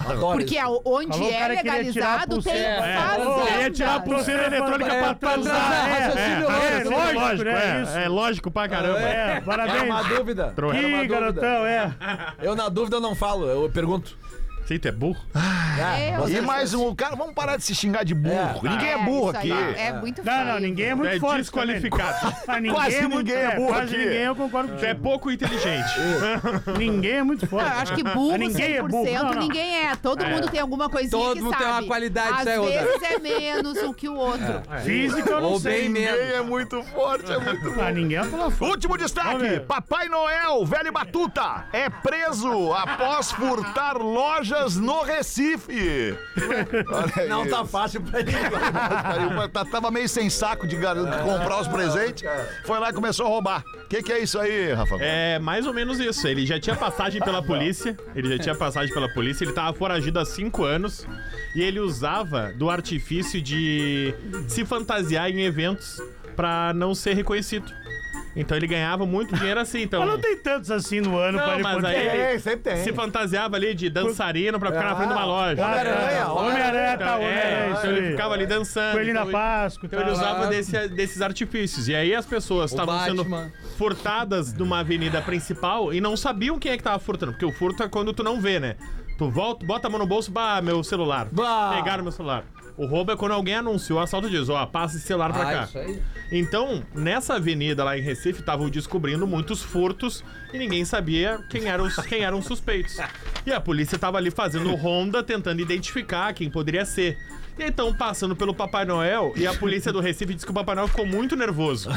Adoro
Porque
isso.
a- onde
Falou o
é
cara que queria tirar a
legalizado tem
pulseira.
É,
vazão,
falou,
queria tirar a
cara.
pulseira eletrônica
É,
pra
pra
transar.
transar,
É, é,
raciocínio lógico,
é,
lógico,
lógico,
né?
é,
Isso.
é lógico pra caramba.
É,
É uma
parabéns.
dúvida.
Troca.
Era uma
Ih,
dúvida.
garotão, é.
Eu, na dúvida, não falo, eu pergunto. É,
Sim, tu é burro?
Eu
E
sei.
mais um, cara, vamos parar de se xingar de burro. Ninguém é burro
isso aí
aqui.
É muito
Não,
feio.
não, ninguém é muito
É
forte.
desqualificado.
também. Ah, ninguém
Quase
muito-
ninguém é burro
Quase
aqui.
ninguém, eu
Tu
concordo
é
contigo.
pouco inteligente.
Ninguém é muito
Eu
forte.
acho que burro,
Ah, ninguém é burro.
100%,
Não, não.
ninguém é. Todo mundo tem alguma coisinha
Todo
que
mundo
sabe.
tem uma qualidade,
Às
isso aí, Rodar.
vezes é menos um que o outro.
É, Física eu não
Ou
sei.
bem menos.
Ninguém é muito forte, é muito
Ah, ninguém é pela
[laughs]
força.
Último
Vamos
destaque:
ver.
Papai Noel, velho Batuta, é preso após furtar lojas no Recife. [laughs] Olha
Não
aí.
tá fácil pra ninguém.
Aí, tá- Tava meio sem saco de gar- comprar os presentes, foi lá e começou a roubar. O que, que é isso aí, Rafa?
É mais ou menos isso. Ele já tinha passagem pela polícia. Ele já tinha passagem pela polícia. Ele tava foragido há cinco anos. E ele usava do artifício de se fantasiar em eventos pra não ser reconhecido. Então ele ganhava muito dinheiro assim. Então,
Mas não tem tantos assim no ano
Não,
pra ele
mas
poder...
aí-
Tem, é, sempre tem. Ah.
se fantasiava ali de dançarino pra ficar na frente de uma loja.
Homem-Aranha,
Homem-Aranha, tá,
Então, é,
Homem-Aranha, isso
então ele
aí.
ficava ali dançando.
Coelhinho
então
na
ele-
Páscoa e
Tá
Então ele
tal.
usava desse- desses artifícios. E aí as pessoas estavam sendo
Batman.
furtadas numa avenida principal e não sabiam quem é que tava furtando. Porque o furto é quando tu não vê, né? Tu volta, bota a mão no bolso, bah, meu celular.
Bah.
Pegaram meu celular. O roubo é quando alguém anunciou o assalto e diz, ó, passa esse celular pra
Ah,
cá.
isso aí.
Então, nessa avenida lá em Recife, estavam descobrindo muitos furtos e ninguém sabia quem eram os, quem eram os suspeitos. E a polícia estava ali fazendo ronda, tentando identificar quem poderia ser. E então, passando pelo Papai Noel, e a polícia do Recife disse que o Papai Noel ficou muito nervoso.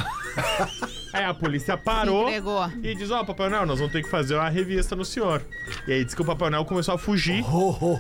Aí a polícia parou
Se entregou.
e diz: Ó, Papai Noel, nós vamos ter que fazer uma revista no senhor. E aí diz que o Papai Noel começou a fugir.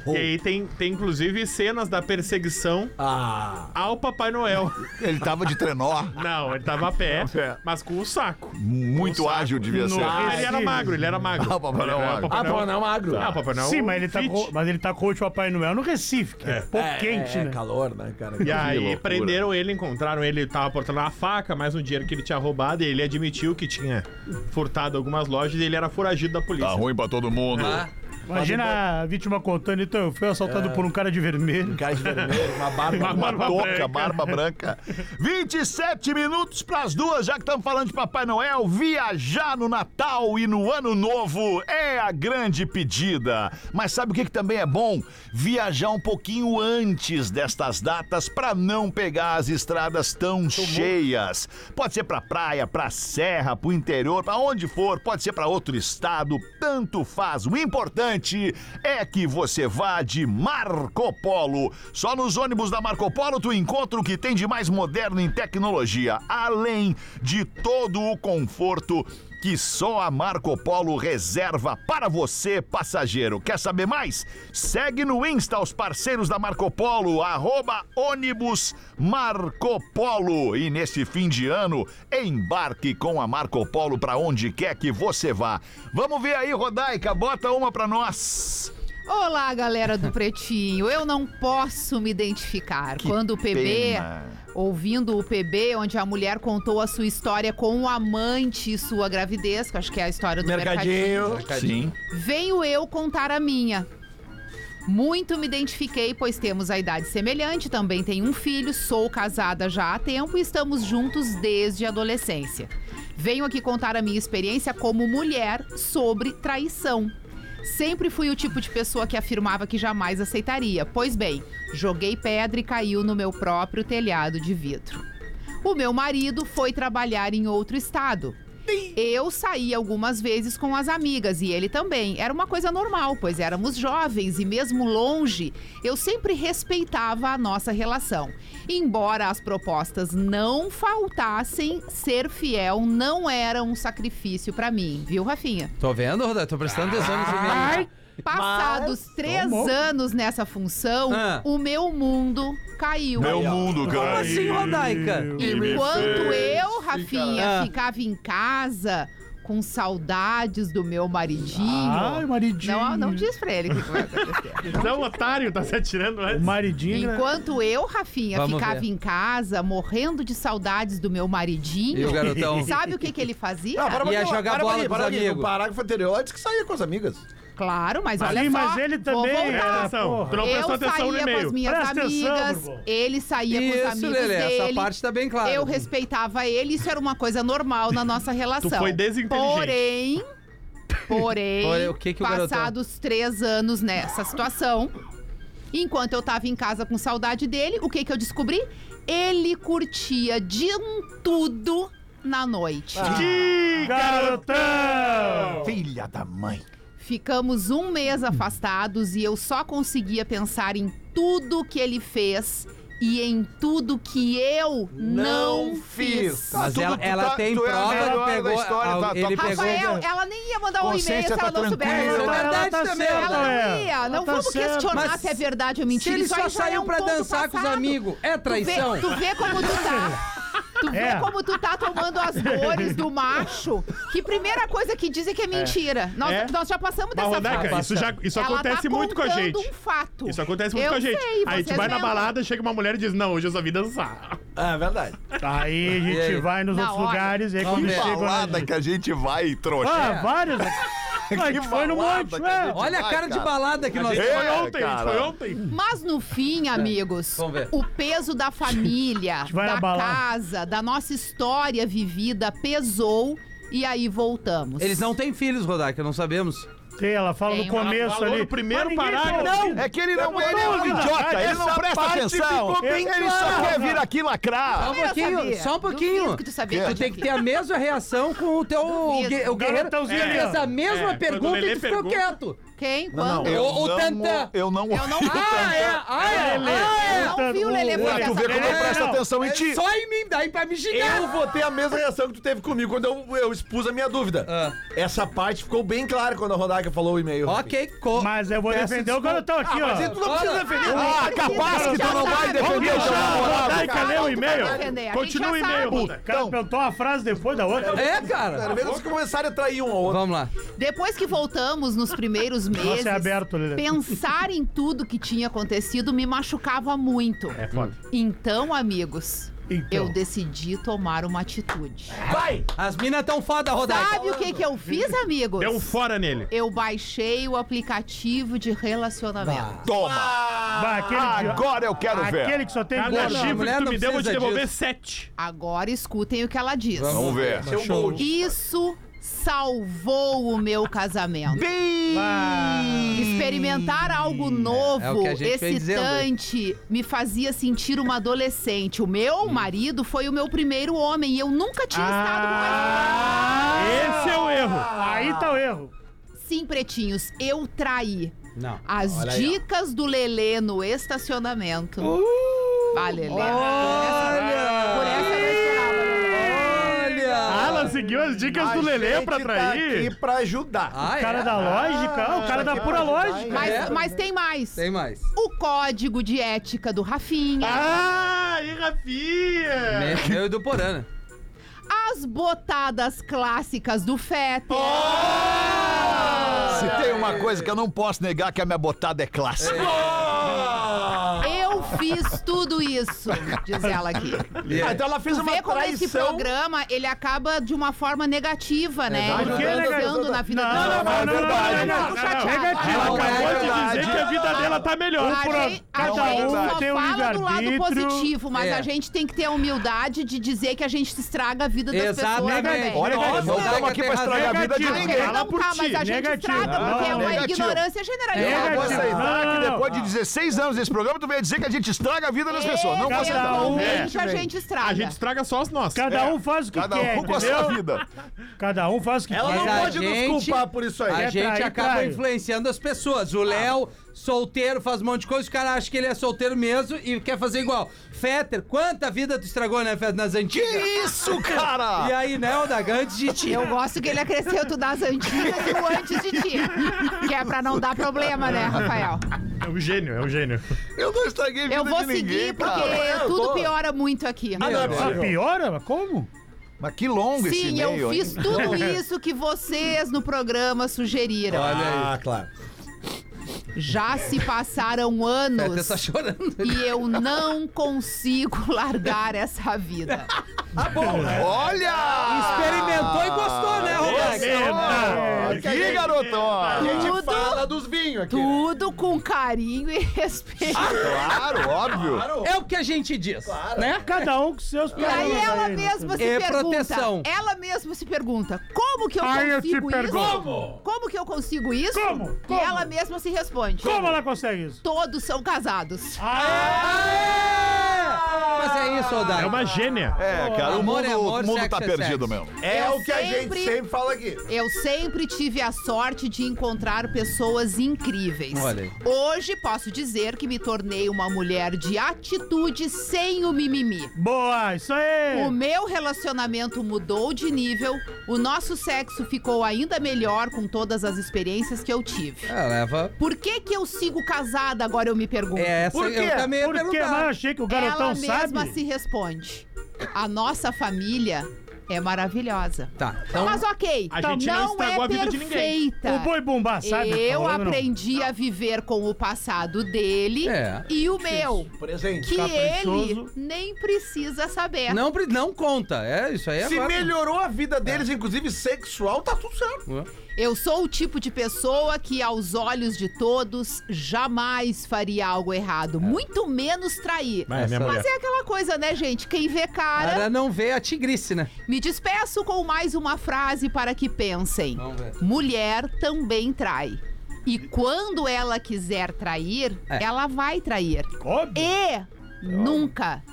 E aí tem, tem inclusive cenas da perseguição
Ah.
Ah,
ao Papai Noel.
Ele tava de trenó,
Não, ele tava a pé,
pé.
mas com o saco.
muito ágil devia ser. Tá
Ah,
ele era
sim.
magro, ele era magro.
Ah, o Papai Noel
Ele era-
magro.
Papai Noel-
é magro.
Ah, o Papai Noel.
Sim, mas ele, tá
fit.
com, mas ele tá com o último Papai Noel no Recife, que é, pouco quente, né?
calor, né, cara?
E aí
loucura.
prenderam ele, encontraram ele, tava portando uma faca, mais um dinheiro que ele tinha roubado, e ele admitiu que tinha furtado algumas lojas e ele era foragido da polícia.
Tá ruim pra todo mundo.
é.
Imagina a vítima contando, então eu fui assaltado por um cara de vermelho.
Cais vermelho, uma barba.
Uma
Barba
touca,
branca.
barba branca. 27 minutos pras duas, já que estamos falando de Papai Noel, viajar no Natal e no Ano Novo é a grande pedida. Mas sabe o que, que também é bom? Viajar um pouquinho antes destas datas para não pegar as estradas tão cheias. Pode ser pra praia, pra serra, pro interior, pra onde for, pode ser pra outro estado, tanto faz. O importante é que você vá de Marco Polo. Só nos ônibus da Marco Polo tu encontra o que tem de mais moderno em tecnologia, além de todo o conforto que só a Marco Polo reserva para você, passageiro. Quer saber mais? Segue no Insta os parceiros da Marco Polo, arroba ônibus Marco Polo. E neste fim de ano, embarque com a Marco Polo para onde quer que você vá. Vamos ver aí, Rodaica, bota uma para nós.
Olá, galera do Pretinho. Eu não posso me identificar. Quando o PB,
pena.
ouvindo o PB, onde a mulher contou a sua história com o amante e sua gravidez, que eu acho que é a história do mercadinho.
Sim.
Venho eu contar a minha. Muito me identifiquei, pois temos a idade semelhante, também tenho um filho, sou casada já há tempo e estamos juntos desde a adolescência. Venho aqui contar a minha experiência como mulher sobre traição. Sempre fui o tipo de pessoa que afirmava que jamais aceitaria. Pois bem, joguei pedra e caiu no meu próprio telhado de vidro. O meu marido foi trabalhar em outro estado. Eu saí algumas vezes com as amigas e ele também. Era uma coisa normal, pois éramos jovens e mesmo longe, eu sempre respeitava a nossa relação. Embora as propostas não faltassem, ser fiel não era um sacrifício pra mim, viu, Rafinha?
Tô vendo, Rodar? Tô prestando atenção nesse menino.
Passados três anos nessa função,
Ah.
o meu mundo caiu.
Meu mundo,
Como
cara.
assim, Rodaica?
Enquanto eu, Rafinha,
Ah.
ficava em casa com saudades do meu maridinho.
Ai, o maridinho.
Não, não diz pra ele que vai acontecer.
Então, otário, tá se atirando
O
antes.
maridinho... né?
Enquanto eu, Rafinha,
Vamos
ficava
ver.
em casa morrendo de saudades do meu
E o
maridinho,
garotão?
sabe o que, que ele fazia?
Não, para
Ia
pra
jogar
para pra
bola
mim,
com os
para mim.
amigos.
No parágrafo anterior, ela disse que saía com as amigas.
Claro, mas olha
Sim,
só.
mas ele
vou
também
voltar.
era,
Atenção,
porra.
tu não prestou
eu
atenção no
saía com as
e-mail.
minhas
Presta atenção,
amigas,
Bourbon.
ele saía com os
Isso,
amigos
Lelê,
dele.
essa parte tá bem clara.
Eu respeitava ele, isso era uma coisa normal na nossa relação.
Tu foi desinteligente.
Porém, Porém,
Olha, o que que o garotão-
passados três anos nessa situação, enquanto eu tava em casa com saudade dele, o que que eu descobri? Ele curtia de um tudo na noite.
Garotão!
Filha da mãe.
Ficamos um mês afastados e eu só conseguia pensar em tudo que ele fez e em tudo que eu não, fiz.
Mas
tu-
ela,
tu
ela
tá-
tem
tu é a
prova,
melhor da
pegou,
história,
al-
tá- tá-
ele pegou...
Rafael, ela nem ia mandar um e-mail se
Consciência tá
ela não soubesse.
tranquila.
Ela não
verdade também.
ela não ia. Não
Tá
vamos
certa.
questionar
Mas
se é verdade ou mentira.
Se ele
Isso
só
aí já é
saiu
um
pra
ponto
dançar com os
passado.
amigos, é
Tu vê,
traição?
tu vê como tu tá. Tu vê
É.
como tu tá tomando as dores do macho, que primeira coisa que dizem que é mentira. Nós,
É.
nós já passamos dessa
Barroneca,
fase.
isso, já, isso
Ela
acontece
tá
muito com a
contando
gente.
um fato.
Isso acontece muito
Eu
com a gente.
sei,
Aí tu
vocês
vai na
lembram.
balada, chega uma mulher e diz: Não, hoje eu só vim dançar.
É verdade.
Aí a
E
gente
aí?
vai nos
Na
outros
hora.
lugares e aí quando
Vamos ver.
chega... né?
Balada que a gente vai, trouxa.
Ah, vários. A gente foi no
balada
monte, né?
que
ué.
a gente-
Olha a
Vai,
cara de
cara.
balada que nós
Foi
É,
ontem, a gente foi
cara.
ontem.
Mas no fim, amigos,
É, Vamos ver.
o peso da
[laughs]
família,
gente vai
da
abalar.
casa, da nossa história vivida pesou e aí voltamos.
Eles não têm filhos, Rodak, não sabemos.
Tem, ela fala
Tem,
no
ela
começo
falou
ali.
no primeiro
Mas ninguém
parágrafo.
falou.
É que ele não ele é um
dúvida.
idiota, ele
Essa
não presta
parte
atenção.
ficou bem
Ele só
clara.
quer vir aqui lacrar.
Só um
Ah, Eu
pouquinho,
sabia.
só um pouquinho.
Duvido que tu sabia que
Tu
eu tinha
tem que ter a mesma reação com o teu o
Duvido.
gue- o guerreiro. Tu
Garotãozinho ali, ó.
fez a mesma
É, quando o
pergunta
Lelê
e tu ficou
pergunta-
quieto.
Quem? Quando?
Eu- O- o
não-
Tantã.
[laughs] Eu não.
Eu não-
Ah, é, ah, é,
Lelê.
ah, é.
Eu não vi o Lelê
Pra tu
fazer
ver como
essa-
eu presto
Não.
atenção em ti.
Só em mim, daí pra me xingar.
Eu vou ter a mesma reação que tu teve comigo quando eu, eu expus a minha dúvida. É.
Ah.
Essa parte ficou bem clara quando a Rodaica falou o e-mail.
Ok, co...
Mas eu vou
Peço
defender o
desculpa.
garotão aqui, ó.
Mas tu não precisa defender.
Ah, capaz que tu não vai defender o teu namorado.
Rodaica,
cara.
lê o
Tu vai
e-mail.
defender, a gente
Continua
já
o e-mail,
sabe.
O
Rodaica.
cara perguntou uma frase depois da outra.
É,
Pelo
cara.
menos se começarem a trair um ao outro.
Vamos lá.
Depois que voltamos nos primeiros meses,
Nossa, é aberto, Lelê.
pensar em tudo que tinha acontecido me machucava muito.
É foda.
Então, amigos,
Então.
eu decidi tomar uma atitude.
As minas tão foda, Rodaica.
Sabe o que, que eu fiz, amigos?
Deu um fora nele.
Eu baixei o aplicativo de relacionamento.
Toma.
Bah, aquele,
Agora eu quero
que,
ver.
aquele que só tem
Cada
gordo.
não,
chifre
mulher
que tu
não
me deu, eu vou te
precisa
devolver
disso.
sete.
Agora escutem o que ela diz.
Vamos ver.
Seu
Show.
molde.
Isso salvou o meu casamento. Experimentar algo
É o
novo,
que a gente vem dizendo, hein?
excitante, me fazia sentir uma adolescente. O meu
Hum.
marido foi o meu primeiro homem e eu nunca tinha estado com mais
Ah!
Esse é o erro.
Ah! Aí tá o erro.
ninguém. Sim, pretinhos, eu traí.
Não.
As dicas do Lelê no estacionamento. Ah, Lelê. Por
Olha!
essa eu não esperava, Lelê.
Ah,
Olha!
ela seguiu as dicas do
é
Lelê pra
E
trair.
tá pra ajudar.
Ah,
O cara
é?
da lógica, ó, o cara da pura lógica.
Mas, mas tem mais.
Tem mais.
O código de ética do Rafinha.
Ah, e Rafinha?
Meu e do Porana.
As botadas clássicas do Fetter.
Se tem uma coisa que eu não posso negar que a minha botada é clássica.
Eu fiz tudo isso, diz ela aqui.
Ah, então ela fez
Tu vê
uma
como esse
traição.
programa, ele acaba de uma forma negativa, né? Ele
verdade. Por que
vai
negativa?
entrando na vida
Não,
do
não,
outro.
não, não, não, não, não,
Eu
não,
tô
não,
chateada.
negativa.
Não,
Ela
é
acabou de
verdade.
dizer que a vida dela tá melhor.
A
Pro-
gente, a
cada
gente
um
só
tem um
fala do lado
livre-arbítrio.
positivo, mas
É.
a gente tem que ter a humildade de dizer que a gente estraga a vida das pessoas
Exatamente.
também.
Olha, cara,
Nossa,
não estamos aqui pra estragar a vida de
Negativo.
Não,
ninguém.
Fala
não
por
tá,
ti,
mas a gente
negativo.
estraga,
Não,
porque é uma
negativo.
ignorância generalizada.
Eu vou
Negativo.
aceitar
Não,
que
não,
depois de 16 anos desse programa, tu veio dizer que a gente estraga a vida das pessoas. Não faz
Cada um,
Eventualmente,
né?
a gente estraga.
A gente estraga só as nossas. É.
Cada um faz o que
Cada
quer,
um com a sua
entendeu?
vida.
Cada um faz o que
Ela
quer.
não
é
Mas a
pode
gente-
nos culpar por isso
A
aí.
gente
trair,
acaba
trai.
influenciando as pessoas. O Léo, solteiro, faz um monte de coisa. O cara acha que ele é solteiro mesmo e quer fazer igual. Fetter, quanta vida tu estragou, né, Fetter, nas antigas?
Isso,
E
Ah,
cara!
aí, né, Odaga, antes de ti.
Eu gosto que ele acresceu tu das antigas e o antes de ti. Que é pra não dar problema, né, Rafael?
É um gênio, é um gênio.
Eu não estraguei a vida
Eu vou
de ninguém,
seguir porque
cara.
tudo piora muito aqui.
Ah, piora? Mas Como?
Mas que longo esse
Sim,
e-mail,
eu
hein?
fiz tudo isso que vocês no programa sugeriram.
Ah, claro.
Já se passaram
Fetter
anos
tá chorando.
e eu não consigo [laughs] largar essa vida.
Olha! é
Experimentou e gostou, né, Rodak?
Eita!
que a gente-
aqui, garoto!
A gente
Tudo.
fala dos vinhos aqui. né?
Tudo com carinho e respeito.
Ah, Claro, óbvio.
É o que a gente diz, né?
Cada um com seus
E aí
problemas
ela
aí, né?
mesma se
É
pergunta.
proteção.
Ela mesma se pergunta: como que eu
Aí eu
consigo
te
isso?
pergunto.
Como? Como que eu consigo isso?
Como?
E
Como?
ela mesma se responde:
Como ela consegue isso?
Todos são casados.
Mas é isso, Odai.
É uma gênia.
É, cara, o
Amor
mundo,
é amor,
o mundo
sexo
tá
é
perdido
sexo.
mesmo.
É
Eu
o que a gente
sempre-
sempre fala aqui.
Eu sempre tive a sorte de encontrar pessoas incríveis.
Olha aí.
Hoje posso dizer que me tornei uma mulher de atitude sem o mimimi.
Boa, isso aí!
O meu relacionamento mudou de nível, o nosso sexo ficou ainda melhor com todas as experiências que eu tive.
Ah, leva.
Por que que eu sigo casada, agora eu me pergunto?
É, essa
Por quê?
eu também ia
Por quê? Mas eu
perguntar.
achei que o garotão
Ela mesma
sabe.
se responde. A nossa família é maravilhosa.
Tá, então.
Mas ok,
A gente não estragou
é
a vida de ninguém.
perfeita.
O boi bombar sabe.
Eu
Falando, não.
aprendi a viver com o passado dele
É.
e o meu,
Presente.
que ele
Caprichoso.
nem precisa saber.
Não, pre- não conta. É isso aí.
Se
agora.
melhorou a vida deles, inclusive sexual, tá tudo certo.
Eu sou o tipo de pessoa que, aos olhos de todos, jamais faria algo errado, muito menos trair.
Vai, minha mulher.
Mas é aquela coisa, né, gente? Quem vê cara,
Cara, não vê a tigrice, né?
me despeço com mais uma frase para que pensem.
Vamos ver.
Mulher também trai. E quando ela quiser trair,
É.
ela vai trair.
Óbvio.
E nunca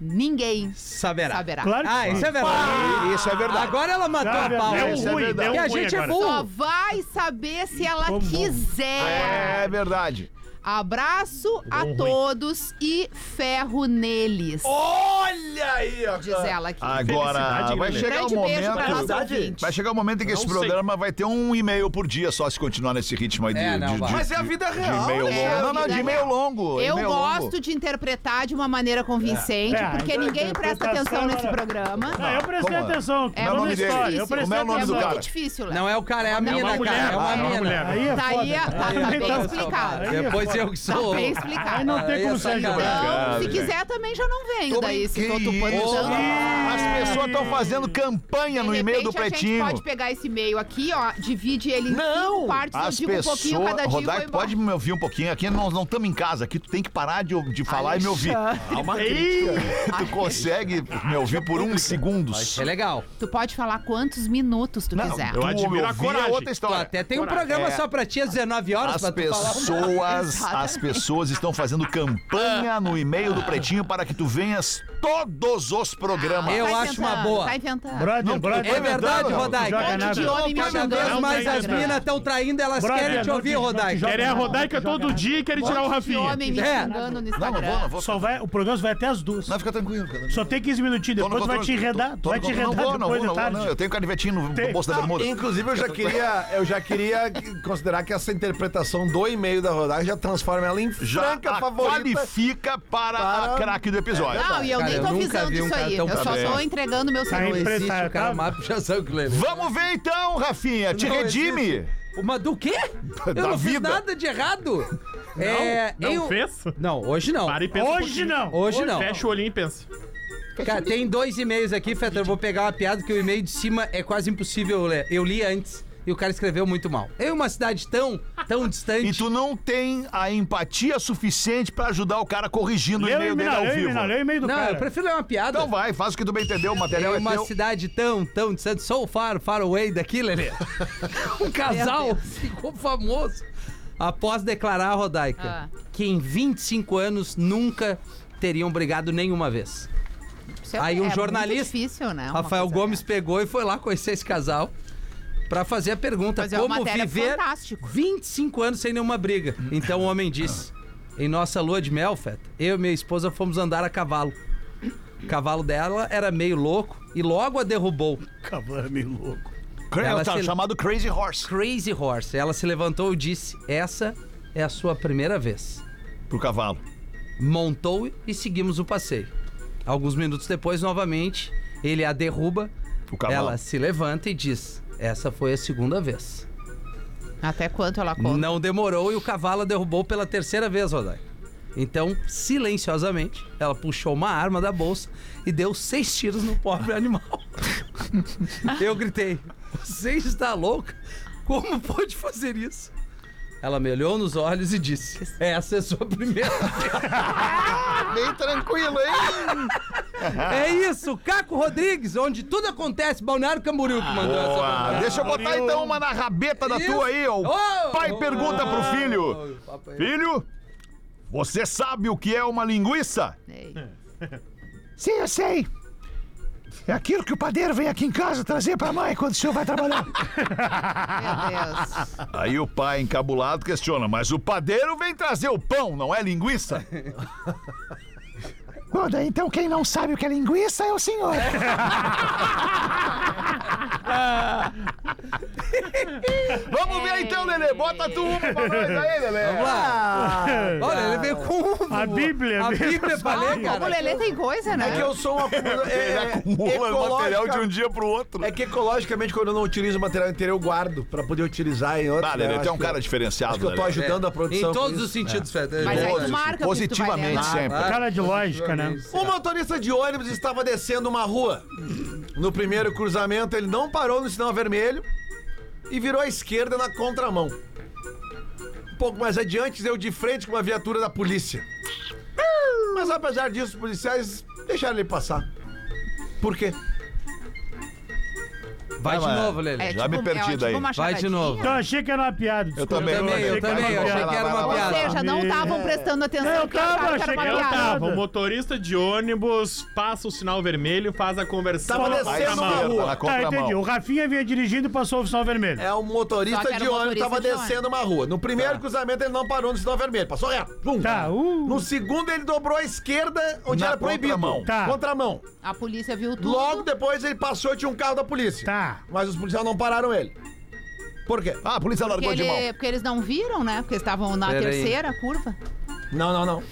ninguém
Saberá.
saberá.
Claro
Ah, isso é verdade.
Isso é verdade.
Agora ela matou
Sabe,
a pau.
deu
isso é
ruim,
verdade.
deu
E a
ruim
gente é
agora.
Só
burro.
vai saber se ela
como?
quiser.
É verdade.
Abraço a todos e ferro neles.
Olha aí, ó.
Diz ela aqui.
Agora
Felicidade,
vai
Guilherme.
chegar o
Grande beijo pra
um momento.
nossa ouvinte.
Vai chegar o momento em que
Não
esse
sei.
programa vai ter um e-mail por dia só se continuar nesse ritmo aí de,
É, não,
de,
vai.
de-
Mas é a vida
de
real.
e-mail
né?
longo. Não, não,
É a
de
vida
e-mail
real.
longo.
Eu
e-mail
gosto
longo.
de interpretar de uma maneira convincente,
É,
porque
então,
ninguém presta atenção
interpretação
nesse
era-
programa.
Não, eu prestei
Como é?
atenção.
É
É o
nome
nome
dele?
história. Eu
difícil.
prestei
Como é o nome
É
do
atenção.
muito
cara?
difícil,
né?
Léo.
Não é o cara, é a mina,
uma
cara. É
mulher, é
uma
uma
mina. então,
mulher. Aí é
Tá aí,
foda.
tá-
Aí
tá
é
bem
foda.
explicado.
Aí é
Depois
foda.
eu que
Tá
sou.
bem explicado.
Aí não tem
Aí é
como se
sacanagem.
ajudar.
Então,
Obrigado,
se
gente.
quiser também já não venho daí, se tô
Que
tupando
isso?
tanto.
As pessoas estão fazendo campanha no
tá De
e-mail do
repente,
Pretinho.
A gente pode pegar esse e-mail aqui, ó, divide ele em
Não!
cinco partes,
As
eu digo um
pessoas.
pouquinho cada dia e vou
Rodaico,
embora.
pode me ouvir um pouquinho aqui? Nós não estamos em casa aqui, tu tem que parar de, de falar e me ouvir.
Alexandre,
[laughs]
É
Tu consegue me ouvir por uns segundos.
É legal.
Tu pode falar quantos minutos tu quiser.
tu
admiro
me
a
ouvir é
coragem. É.
outra
Tu
história.
até tem um programa só pra ti às 19 horas
é. As
pra tu falar. um
pessoas, as
[laughs] Exatamente.
pessoas estão fazendo campanha no e-mail do Pretinho para que tu venhas todos os programas.
Eu
Tá
acho
inventando,
uma boa.
Tá inventando.
Brother,
É
brother.
verdade, Rodai.
Joga
Um monte de
nada.
homem me
Cada
mandando
vez
no
mais as
Instagram.
minas estão traindo, elas
Brother,
querem te
não
ouvir,
te- não te
Rodai.
joga.
Quer é a Rodaica todo dia e quer tirar o
Um monte de
Rafinha.
homem me
É.
xingando no
Não, não vou,
Instagram.
não vou.
Só vai, o programa só vai até as duas.
Não, fica tranquilo. Fica tranquilo.
Só tem 15 minutinhos,
Tô no
depois vai
controle.
te enredar.
Tô
Vai
no
te
controle.
enredar
não vou, não
depois
vou,
de
não vou, não. Eu
tarde.
tenho canivetinho no
Tem.
bolso da
Não,
bermuda.
inclusive, eu já queria, eu já queria que- considerar que essa interpretação do e-mail da rodagem já transforma ela em
Já
franca
a
favorita.
qualifica para, a
Para-
craque do
É
episódio.
Não, e eu
Cara,
nem
eu
tô
nunca
avisando
vi um
isso
cara
aí.
tão
Eu só
cabreiro.
tô entregando meu
Tá
serviço.
empre-
Existe o cara,
tá-
uma puxação que leva.
Vamos ver então, Rafinha. Te
Não
redime.
Uma do quê? Eu
Da
não fiz
vida.
nada de errado. É,
Não
eu-
fez?
Não, hoje não.
Para e pensa. um
Hoje
pouquinho.
não.
Hoje não.
Fecha o olhinho e pensa.
Cara, tem dois e-mails aqui, Fetter. Eu vou pegar uma piada que o e-mail de cima é quase impossível eu ler. Eu li antes e o cara escreveu muito mal. É uma cidade tão, tão
E
distante.
tu não tem a empatia suficiente pra ajudar o cara corrigindo
Leu
o e-mail
e-mail,
dele ao
leu
vivo.
e-mail, leu e-mail do
Não,
cara.
eu prefiro ler uma piada.
Então vai, faz o que tu bem entendeu, o material
É
é
uma
teu.
cidade tão, tão distante. So far, far away daqui, Lelê. Um casal ficou famoso após declarar a Rodaica
Ah.
que em 25 anos nunca teriam brigado nenhuma vez.
Isso é-
Aí um
é muito
jornalista,
difícil, né? Uma
Rafael
coisa
Gomes pegou e foi lá conhecer esse casal pra fazer a pergunta
Fazer uma
como
matéria
viver
fantástico.
25 anos sem nenhuma briga. Então o homem disse: "Em nossa lua de mel, Feta, eu e minha esposa fomos andar a cavalo. O cavalo dela era meio louco e logo a derrubou.
Cavalo é meio louco.
Cra-
Ela
tá
se-
chamado Crazy Horse.
Crazy Horse. Ela se levantou e disse: "Essa é a sua primeira vez."
Pro cavalo.
montou e seguimos o passeio. Alguns minutos depois, novamente, ele a derruba,
O cavalo.
ela se levanta e diz: Essa foi a segunda vez.
Até quanto ela conta?
Não demorou e o cavalo a derrubou pela terceira vez, Rodai. Então, silenciosamente, ela puxou uma arma da bolsa e deu seis tiros no pobre animal. Eu gritei: Você está louca? Como pode fazer isso? Ela me olhou nos olhos e disse: Essa é sua primeira.
Bem tranquilo,
[laughs]
hein?
é isso, Caco Rodrigues, onde tudo acontece. Balneário Camboriú que mandou essa
Boa.
mensagem.
Deixa eu botar então uma na rabeta da
Isso. Ah.
tua aí, ó. O
Ô,
pai
ô,
pergunta pro
ô,
filho:
ô, papai.
Filho, você sabe o que é uma linguiça?
Ei.
Sim, eu sei. É aquilo que o padeiro vem aqui em casa trazer pra mãe quando o senhor vai trabalhar.
Meu Deus.
[laughs] Aí o pai, encabulado, questiona: Mas o padeiro vem trazer o pão, não é linguiça? [laughs] Bom, daí então quem não sabe o que é linguiça é o senhor. [laughs] Vamos ver então, Lelê. Bota tu uma pra nós aí, Lelê.
Vamos lá. Olha, ele veio com um-
A Bíblia
A
mesmo.
Bíblia pra ler,
Ah, como o
cara.
Lelê tem coisa, né?
É que eu sou
[laughs]
um acumulador. É,
tá
é,
Acumula o material de um
ecologica-
dia pro outro.
É que ecologicamente, quando eu não utilizo o material inteiro, eu guardo pra poder utilizar em outro.
Ah,
né?
Lelê, tu
Eu
é
acho
um
que-
cara diferenciado,
Acho que eu tô
Lelê.
ajudando a produção.
É. Em
com
todos
isso.
os sentidos, Feta.
Mas aí
Todos,
tu marca o que tu vai
positivamente
ler.
sempre.
Cara de lógica, né?
O motorista de ônibus estava descendo uma rua. No primeiro cruzamento, ele não parou no sinal vermelho e virou à esquerda na contramão. Um pouco mais adiante, deu de frente com uma viatura da polícia. Mas apesar disso, os policiais deixaram ele passar. Por quê?
Vai de
Vai,
novo, Lele.
É
Já me perdi
é tipo
daí.
uma
Vai de novo.
Então achei que era uma piada. desculpa.
também,
Eu
eu
achei que era
também,
uma
eu achei
piada.
que era uma
Ou
piada.
seja, não estavam prestando atenção.
Não,
porque
tava,
acharam que era
achei
uma
que era
piada.
Tava, o motorista de ônibus passa o sinal vermelho, faz a conversão.
Tava
na
descendo
contramão.
uma rua.
na
Tá, entendi. O
contramão.
Rafinha vinha dirigindo e passou o sinal vermelho.
É um
Só
motorista
que era
de
um
ônibus,
motorista
tava
de
descendo uma rua. No primeiro cruzamento, ele não parou no sinal vermelho, passou reto. Pum.
Tá, uh.
No segundo, ele dobrou à esquerda, onde
Na
era proibido.
contramão.
Tá.
Contramão.
A polícia viu tudo.
Logo depois ele passou e tinha um carro da polícia.
Tá.
Mas os policiais não pararam ele. Por quê?
Ah, a polícia
porque,
largou de mão.
ele- porque eles não viram, né? Porque eles estavam na
Pera aí.
terceira curva.
Não, não, não.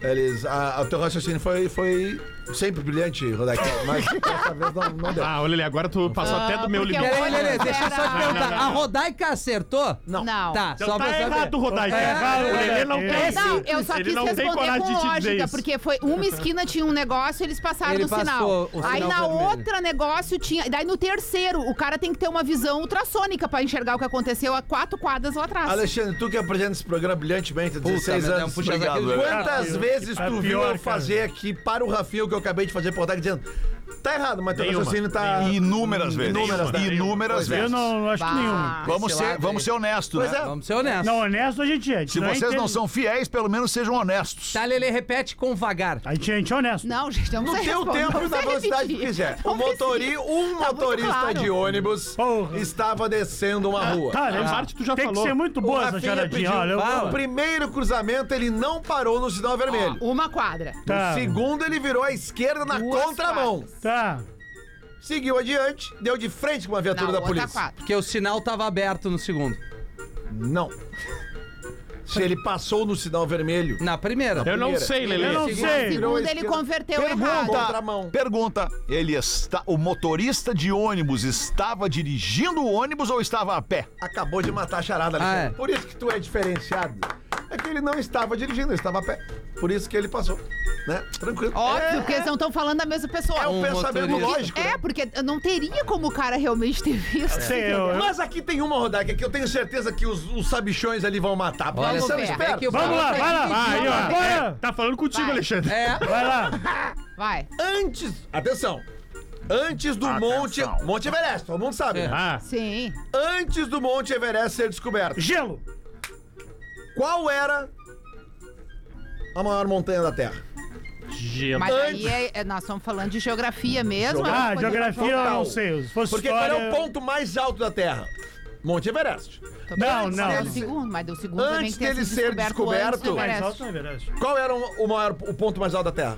Eles. A, a teu raciocínio foi, foi sempre brilhante, Rodak. Mas dessa vez não, não deu.
Ah, olha ali, agora tu passou até do meu
porque
limite.
eu-
Peraí, Lelê, deixa eu só te
Não, não,
perguntar. A Rodaica acertou?
Não.
Não.
Tá,
Então
só pra
tá
saber.
errado, Rodaica.
É,
errado,
o Lelê não
é.
tem.
Não, eu só
Ele
quis
não tem
responder
coragem
com
de te dizer
lógica,
isso.
porque foi uma esquina tinha um negócio, eles passaram
Ele
no sinal.
passou o
Aí
sinal
na
vermelho.
outra negócio tinha. Daí no terceiro, o cara tem que ter uma visão ultrassônica pra enxergar o que aconteceu a quatro quadras lá atrás.
Alexandre, tu que apresenta esse programa brilhantemente há
Puta,
16
mas é um
anos.
puxa
Obrigado,
saco de-
Quantas
Cara,
vezes
tá
tu viu
pior,
eu fazer aqui para o Rafinha o que eu acabei de fazer pro Rodak dizendo. Tá errado, mas teu
Nenhuma.
raciocínio tá.
é- Inúmeras vezes.
Inúmeras, né?
Inúmeras
Pois é.
Eu
vezes.
não acho que
Bah.
nenhum.
Vamos
Esse
ser,
lado
vamos
aí.
ser honestos,
Pois
né?
é.
Vamos ser honestos.
Não, honesto a gente é.
Se vocês não
entende-
são fiéis, pelo menos sejam honestos.
Tá, Lelê, repete com vagar.
A gente a gente é honesto.
Não, gente, não
No
sei
teu
responder,
tempo e
não
na
sei
velocidade que
repetir.
quiser.
Não
O motori,
precisa.
um
Tá muito
motorista
claro.
de ônibus
Porra.
estava descendo uma rua.
Tá,
A parte tu já
tem
falou.
que ser muito
O
boa essa
Rafinha
charadinha.
pediu
Olha, eu-
fala.
No primeiro cruzamento, ele não parou no sinal vermelho.
Uma quadra.
tá,
No segundo, ele virou à esquerda na
Duas
contramão.
quadras.
tá.
Seguiu adiante, deu de frente com uma
Na
viatura da
outra
polícia.
quadra.
Porque o sinal tava aberto no segundo.
Não. Se ele passou no sinal vermelho.
Na primeira.
Eu não
Primeira.
sei, Lelê.
Eu não
Segundo,
sei.
virou à
Segundo, ele
esquerda.
converteu errado.
Contramão.
Pergunta, pergunta, ele está, o motorista de ônibus estava dirigindo o ônibus ou estava a pé?
Acabou de matar a charada,
Ah,
Alexandre.
é.
Por isso que tu é diferenciado. É que ele não estava dirigindo, ele estava a pé. Por isso que ele passou. Né? Tranquilo.
Óbvio,
É,
porque eles
é,
não estão falando da mesma pessoa.
é o
Um
pensamento
motorista.
lógico. né?
É, porque não teria como o cara realmente ter visto.
Sei, eu- eu-
Mas aqui tem uma, Rodak, que eu tenho certeza que os, os sabichões ali vão matar. porque
Olha
eles
só,
são
ver.
espertos.
é que o
Vamos lá,
Paulo-
vai lá.
Aí, ó.
Bora.
é, tá falando contigo,
Vai.
Alexandre.
É.
Vai lá.
Vai.
Antes. Atenção! Antes do Monte. Monte Everest, todo mundo sabe. né?
Ah,
Sim.
Antes do Monte Everest ser descoberto,
Gelo.
qual era a maior montanha da Terra?
gelo.
Mas aí
Antes.
é- é- nós estamos falando de geografia mesmo. é ela
Ah,
poderia-
geografia eu não sei. Se fosse
Porque
história...
qual é o ponto mais alto da Terra? Monte Everest.
Tá
Também
Não,
antes
não.
dele- segundo, mas deu segundo
Antes
também que tenha
dele
sido
ser
antes do
descoberto-
Mais
Everest.
alto não é verdade.
Qual era o, maior, o ponto mais alto da Terra?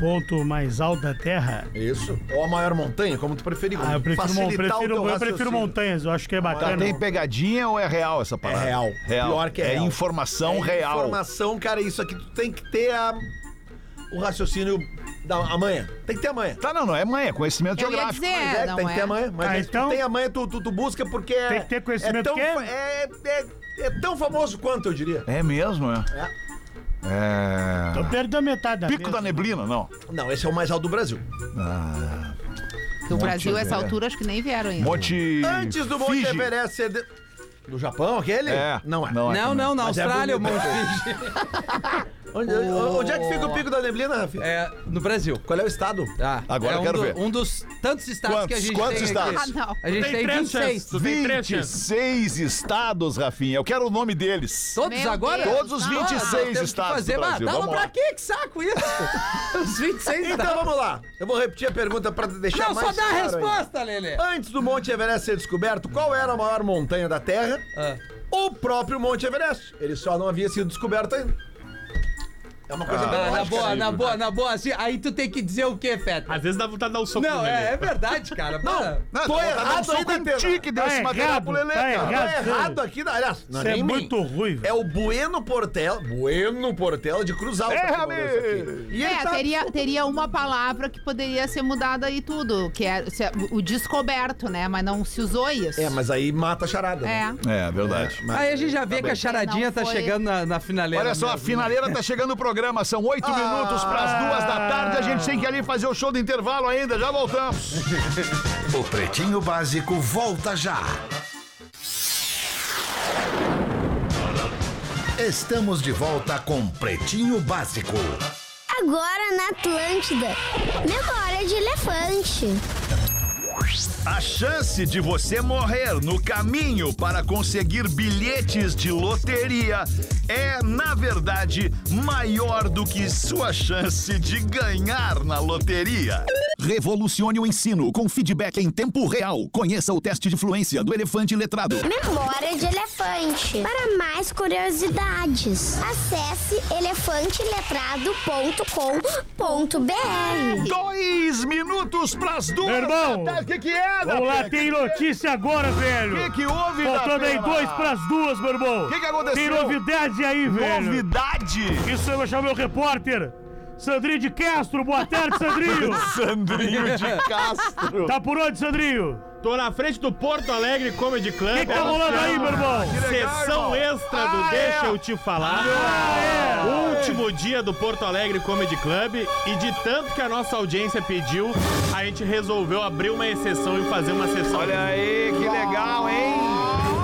Ponto mais alto da Terra.
Isso. Ou a maior montanha, como tu preferir.
Ah, eu prefiro, mon-
Facilitar o
prefiro-
teu
eu prefiro
raciocínio.
montanhas. Eu acho que é
Tá,
bacana.
tem pegadinha ou é real essa parada?
É real.
Real.
Pior que é real.
informação
É
real.
Informação, cara, isso aqui tu tem que ter a- o raciocínio da amanhã. Tem que ter amanhã.
Tá, não, não é mãe, é conhecimento
Eu ia
geográfico.
dizer,
Mas é,
não
tem
é.
que ter amanhã. Mas
Tá,
é, se
então-
tu tem amanhã, tu, tu, tu busca porque é.
Tem que ter conhecimento
é tão,
que é-
fa- é, é- é tão famoso quanto, eu diria.
É mesmo, é? É.
Eu perdi a metade da
Pico da neblina, não.
Não, esse é o mais alto do Brasil.
Porque o Brasil, essa
né?
altura, acho que nem vieram ainda.
Monte.
Antes do Monte
Fiji.
Everest ser. de- Do Japão, aquele?
É.
Não é.
Não, não, na
Mas é
Austrália, o
bonito.
Monte Fiji.
Onde, onde é que fica o pico da neblina, Rafa?
É, no Brasil.
Qual é o estado?
Tá.
Agora
é
eu
um
quero
do-
ver.
Um dos tantos estados que a
Quantos-
gente
quantos
tem
estados?
Ah,
aqui.
não.
A gente tem,
Tem três chances.
26.
Tu tem três chances.
26 estados, Rafinha. Eu quero o nome deles.
Todos
Meu
agora?
Deus,
Todos os
não.
Ah, temos
26
que
estados
fazer,
do
mas
Brasil.
dá uma
Vamos
pra
lá.
que que saco isso? [laughs] os 26
Então vamos lá. Eu vou repetir a pergunta pra deixar
Não,
mais
só dá a
claro ainda.
resposta, Lelê.
Antes do Monte Everest ser descoberto, qual era a maior montanha da Terra?
Ah.
O próprio Monte Everest. Ele só não havia sido descoberto ainda. É uma coisa bem
Ah, na
lógica,
boa,
né?
na boa, na boa. Assim, aí tu tem que dizer o quê, Feta?
Às vezes dá vontade de dar um soco
Não,
nele.
é, é verdade, cara. Para.
Não,
Tô
dá vontade de dar
errado
um soco
ainda,
em
Pedro.
ti que deu
Tá
esse material
errado,
pro Lelê,
tá
cara.
errado.
Tá errado aqui, da- aliás, não
Isso é
nem mim.
muito ruim, velho.
É o Bueno Portela, Bueno Portela de Cruz Alta. que
Erra,
mandou isso aqui. E ele
É,
tá-
teria, teria uma palavra que poderia ser mudada e tudo, que é se- o descoberto, né? Mas não se usou isso.
É, mas aí mata a charada, né?
É.
É, verdade.
Mas-
Aí a gente já vê que a charadinha
Não
tá
foi-
chegando na, na finaleira.
Olha só, a
mesmo.
finaleira tá chegando no programa, são oito minutos para as duas da tarde. A gente tem que ir ali fazer o show do intervalo ainda, já voltamos.
O Pretinho Básico volta já. Estamos de volta com Pretinho Básico.
Agora na Atlântida. Memória de elefante.
A chance de você morrer no caminho para conseguir bilhetes de loteria é, na verdade, maior do que sua chance de ganhar na loteria.
Revolucione o ensino com feedback em tempo real. Conheça o teste de fluência do elefante letrado.
Memória de elefante. Para mais curiosidades, acesse elefanteletrado.com.br.
Dois minutos para as duas.
Meu irmão,
O que, que é,
Vamos lá,
Datena?
tem notícia agora, velho.
O que, que houve,
Faltando aí
Datena?
dois pras duas, meu irmão.
Que que aconteceu?
Tem novidade aí, velho.
Novidade!
Isso eu vou chamar meu repórter, Sandrinho de Castro. Boa tarde,
[laughs]
Sandrinho.
Sandrinho de Castro.
tá por onde, Sandrinho?
Tô na frente do Porto Alegre Comedy Club. É um
O que, que tá rolando aí, meu irmão?
Sessão extra do
Ah,
Deixa
é. Ah,
Eu Te Falar. Último dia do Porto Alegre Comedy Club. E de tanto que a nossa audiência pediu, a gente resolveu abrir uma exceção e fazer uma sessão.
Olha aí, que legal, hein?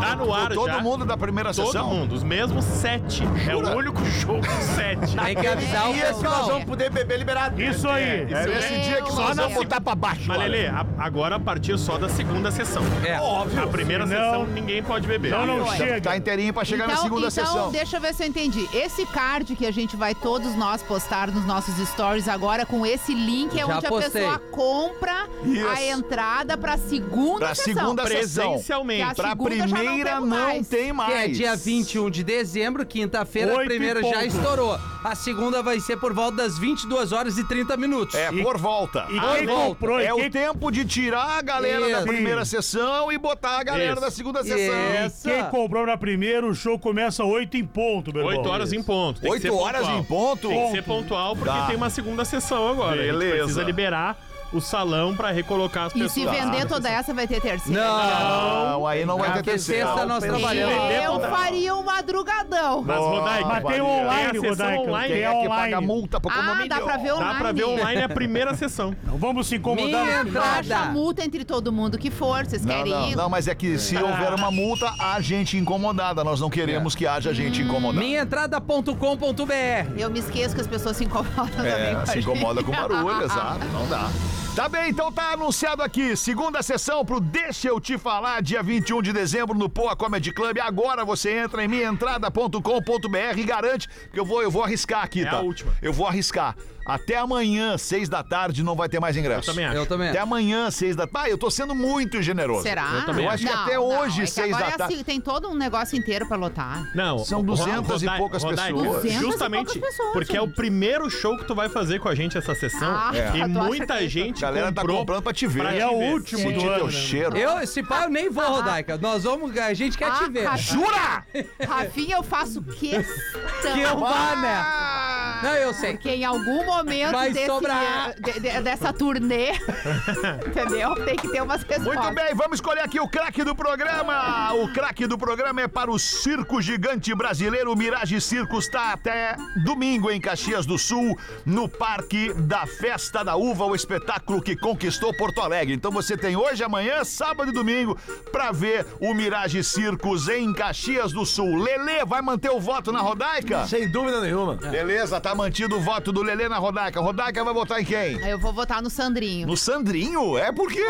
tá no ar
Todo
já.
mundo da primeira
Todo
sessão?
mundo, os mesmos sete. É o único show com
[laughs]
sete.
Tem
É,
que avisar o
E esse nós
pessoal.
vamos poder beber liberado.
Isso aí.
É
Meu
esse dia que só
Deus.
não botar pra baixo.
Mas,
olha.
Lelê, a- agora a partir só da segunda sessão.
É.
Óbvio. A primeira
Não.
sessão ninguém pode beber.
Não, não
Olha.
chega.
Tá inteirinho pra chegar na segunda
então
sessão.
deixa eu ver se eu entendi. Esse card que a gente vai todos nós postar nos nossos stories agora, com esse link, é
Já
onde
postei.
a pessoa compra a entrada pra segunda
Pra
sessão.
segunda sessão.
Que a
Presencialmente.
Pra
segunda já não
primeira
tem
não,
mais.
tem
Que
mais.
é dia 21 de dezembro, quinta-feira, a
Oito e
primeira já
pouco.
estourou. A segunda vai ser por volta das 22 horas e 30 minutos.
É, por volta.
E
Ah,
quem
volta.
comprou?
É
e quem
o tempo de tirar a galera da
Isso.
primeira sessão e botar a galera
Isso.
da segunda
Isso.
sessão.
Quem comprou na primeira, o show começa 8 em ponto, meu irmão.
Oito horas em ponto. Tem que ser
Oito horas
pontual.
em ponto?
Tem que ser pontual porque
Tá.
tem uma segunda sessão agora. A gente
Beleza.
precisa liberar o salão pra recolocar as
E
pessoas.
se vender toda essa, vai ter terceira.
Tá Não, aí não vai ter
Porque
terceira.
sexta nós trabalhamos.
Eu
Não.
faria um madrugão.
Mas, Rodaica,
Mas tem
Maria.
online,
Tem a sessão
Rodaica.
online.
Tem
Quem
é
a
que paga
online.
multa pro
Ah,
condomínio.
dá pra ver online.
dá pra ver online a primeira sessão.
[laughs]
Não Então vamos se incomodar.
Minha
não.
Baixa a
entrada.
multa entre todo mundo que for, vocês
Não,
querem
não,
ir?
não, mas é que se houver uma multa, há gente incomodada. Nós não queremos que haja gente incomodada.
Minhaentrada.com.br
Eu me esqueço que as pessoas se incomodam também.
É,
a
se
gente.
incomoda com
[laughs]
barulho, exato. Não dá. Tá bem, então tá anunciado aqui, segunda sessão pro Deixa Eu Te Falar, dia 21 de dezembro no Poa Comedy Club. Agora você entra em minhaentrada.com.br e garante, porque eu vou, eu vou arriscar aqui,
É
tá?
a última.
Eu vou arriscar. Até amanhã, seis da tarde, não vai ter mais ingresso.
Eu também acho.
Eu também.
Até amanhã, seis da tarde. Ah, eu tô sendo muito generoso.
Será?
também
Eu acho que até hoje,
é que
seis
agora
da
é
tarde.
assim, tem todo um negócio inteiro pra lotar.
Não,
São
o-
duzentas e
Rodai-
poucas
Rodaica,
pessoas.
Duzentas e
Justamente
poucas pessoas,
porque é o
gente.
primeiro show que tu vai fazer com a gente essa sessão.
Ah, É. tu
E
acha que
muita
é isso?
gente.
A galera tá
comprou
comprando pra te ver.
pra
E
te
é o
ver.
último
Sentir
do
teu
ano. né?
cheiro.
Eu, esse pai, eu nem vou, Rodaica. Nós vamos. A gente quer
ah,
te ver.
Jura? Rafinha, eu faço questão.
Que eu vá, né? Não, eu sei.
Porque em algum momento
Vai
desse- é,
sobrar.
de- de- dessa turnê, entendeu? Tem que ter umas respostas.
Muito bem, vamos escolher aqui o craque do programa. O craque do programa é para o circo gigante brasileiro. O Mirage Circo está até domingo em Caxias do Sul, no Parque da Festa da Uva, o espetáculo que conquistou Porto Alegre. Então você tem hoje, amanhã, sábado e domingo para ver o Mirage Circos em Caxias do Sul. Lelê vai manter o voto na Rodaica?
Sem dúvida nenhuma.
Beleza, tá mantido o voto do Lelê na Rodaica. Rodaica vai votar em quem?
Aí Eu vou votar no Sandrinho.
No Sandrinho? É porque.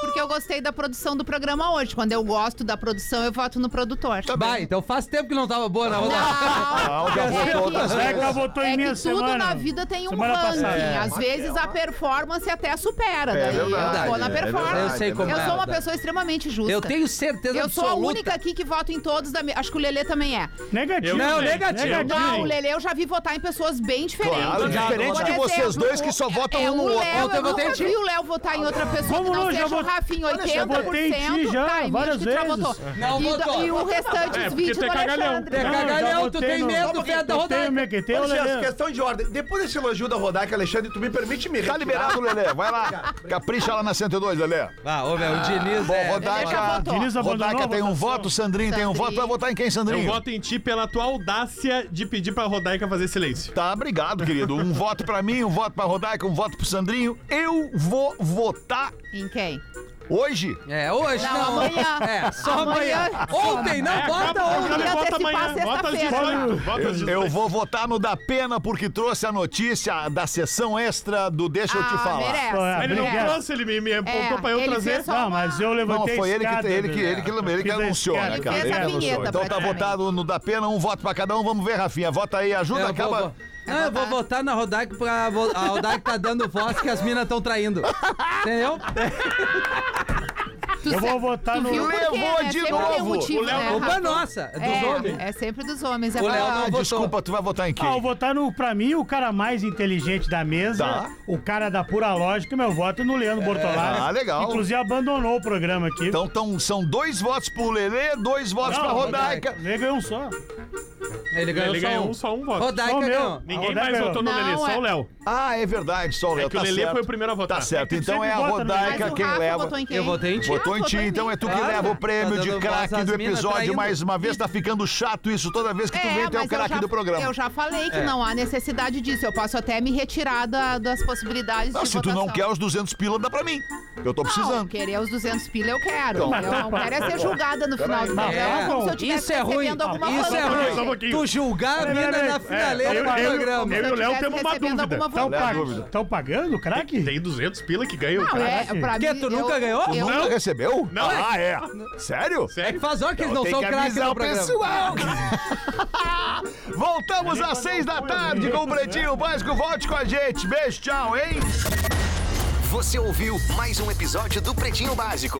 Porque eu gostei da produção do programa hoje. Quando eu gosto da produção, eu voto no produtor.
Tá
Vai, então faz tempo que não tava boa na rodada.
Ah, já
É
votou
que-
outras
Zé que ela votou
É
tá em mim
que
a
tudo
semana.
na vida tem um
Semana
ranking.
passada. É,
Às vezes a performance até supera.
É
daí eu
verdade,
vou na
é
performance.
verdade,
Eu sei é
eu
como é,
sou uma
verdade.
pessoa extremamente justa.
Eu tenho certeza
Eu sou a
absoluta.
única aqui que voto em todos da minha. Acho que o Lelê também é.
Negativo.
Eu- Não,
gente,
negativo.
Não, o
negativo.
Lelê eu já vi votar em pessoas bem diferentes.
Claro, diferente
Por
de vocês
exemplo,
dois que
o-
só votam
é,
um no
o
outro.
Léo,
Ontem eu
eu nunca
votei em ti.
vi o Léo votar em outra pessoa
Vamos
que não
longe, eu
seja o
votei-
Rafinha,
Olha, eu
80%.
votei em ti já,
tá, e
várias
Mitch que já
vezes.
votou.
Não
e, do-
votou.
E o restante,
É,
os
porque
20 do
tu é cagalhão.
Alexandre.
É
Não, eu já
cagalhão, tu
votei no-
tem
Só um
medo,
pouquinho,
Fé, da
Eu tenho,
rodada.
me que
um
tem o
Olha, Chance,
Lelê.
questão de ordem. Depois desse elogio da Rodaica, Alexandre, tu me permite me
Tá
retirar?
liberado, Lelê. Vai lá. Capricha lá na 102, Lelê.
Ah, ô, velho, o Diniz é...
Lelê já
Rodaica,
votou.
Diniz abandonou
Rodaica
a
tem um
votação.
voto, Sandrinho tem um
Sandrinho.
voto. Vai votar em quem,
Eu
Sandrinho?
voto em ti pela tua audácia de pedir pra Rodaica fazer silêncio.
Tá, obrigado, querido. Um voto pra mim, um voto pra Rodaica, um voto pro Sandrinho. Eu vou votar
Em quem?
hoje.
É, hoje
Não,
não.
amanhã.
É, só amanhã.
Amanhã.
Ontem, não, bota
acaba o
ontem.
programa e
Eu
vota
antecipar
amanhã. Vota às
sexta-feira.
18. Vota às 18.
Eu vou votar no da pena porque trouxe a notícia da sessão extra do Deixa eu te
ah,
falar.
merece.
Ah,
Ele não
Obrigado.
trouxe, ele me, me apontou
É,
pra eu
ele
trazer.
fez só
Não,
uma-
mas eu
Não,
levantei
foi ele que,
escada, velho.
ele que, ele que, ele que
Fiz a
anunciou,
escada.
né, cara?
Ele fez a
que anunciou.
vinheta,
Então tá
praticamente.
votado no da pena, um voto pra cada um. Vamos ver, Rafinha. Vota aí, ajuda,
É, Eu
acaba.
Vou, não, eu vou votar na Rodaica pra. vo- A Rodaica tá dando voz que as minas estão traindo. Entendeu?
Tu
Eu vou
se-
votar
tu
no-
viu por quê,
Levou
né?
de
Sempre tem um
novo.
motivo,
O Léo
né,
não
Culpa
Rafa?
nossa. É dos homens.
É, é sempre dos homens. É
O Léo
pra-
não
Ah,
votou.
desculpa, tu vai votar em quem?
Ah, eu vou votar no, pra mim, o cara mais inteligente da mesa,
Tá.
o cara da pura lógica, meu voto no Leandro Bortolari.
ah, legal.
Inclusive abandonou o programa aqui.
Então tão- são dois votos pro Lelê, dois votos
Não,
é
pra Rodaica.
Ele ganhou um só.
Ele ganhou,
Ele
só,
ganhou
um.
um, só um voto.
Só
Rodaica
o meu.
ganhou.
Ninguém
Ah,
mais
Rodaica
votou no
ganhou.
Lelê,
Não,
só
é-
o Léo.
Ah, é verdade, só o Léo.
É que o
tá
Lelê
certo.
foi o primeiro a votar.
Tá certo,
É que tu
então é a
sempre vota no Lelê.
Mas
Rodaica
o
quem
Rafa
leva.
votou em quem?
Eu votei em ti.
Votou em
Ah,
ti,
votou em
então
mim.
é tu que
Claro.
leva o prêmio
Tá
de
dando
craque
voz às
do
minas
episódio
traindo.
mais uma vez. Tá ficando chato isso toda vez que tu vem, tu é
mas
o
eu
craque
já-
do programa. É.
Eu já falei que não há necessidade disso. Eu posso até me retirar da- das possibilidades
Ah,
de
se tu
votação.
não quer os 200 pila, dá pra mim. Eu tô
Não,
precisando.
querer os 200 pila eu quero.
Então.
eu não quero é ser julgada no final do
Mas
programa,
tá
como
bom.
se eu tivesse
Isso é ruim.
recebendo alguma
Isso é
coisa.
pouquinho, só um
ruim.
pouquinho.
Tu julgar a
Peraí,
mina
peraí,
na
é,
finaleira
eu-
do
eu-
programa.
eu- e o Léo temos uma dúvida.
Estão
Léo,
pag...
dúvida.
tão pagando o craque?
Tem 200 pila que ganhou.
Não,
cara.
é, pra
Que
mim,
tu nunca
eu-
ganhou?
eu-
Nunca recebeu?
Não.
Ah, é. Sério?
É que
Sério?
faz hora que eles não
Tem
são
que
craques
avisar
no
o
programa.
pessoal. Voltamos às seis da tarde com o Pretinho Básico. Volte com a gente. Beijo, tchau, hein?
Você ouviu mais um episódio do Pretinho Básico.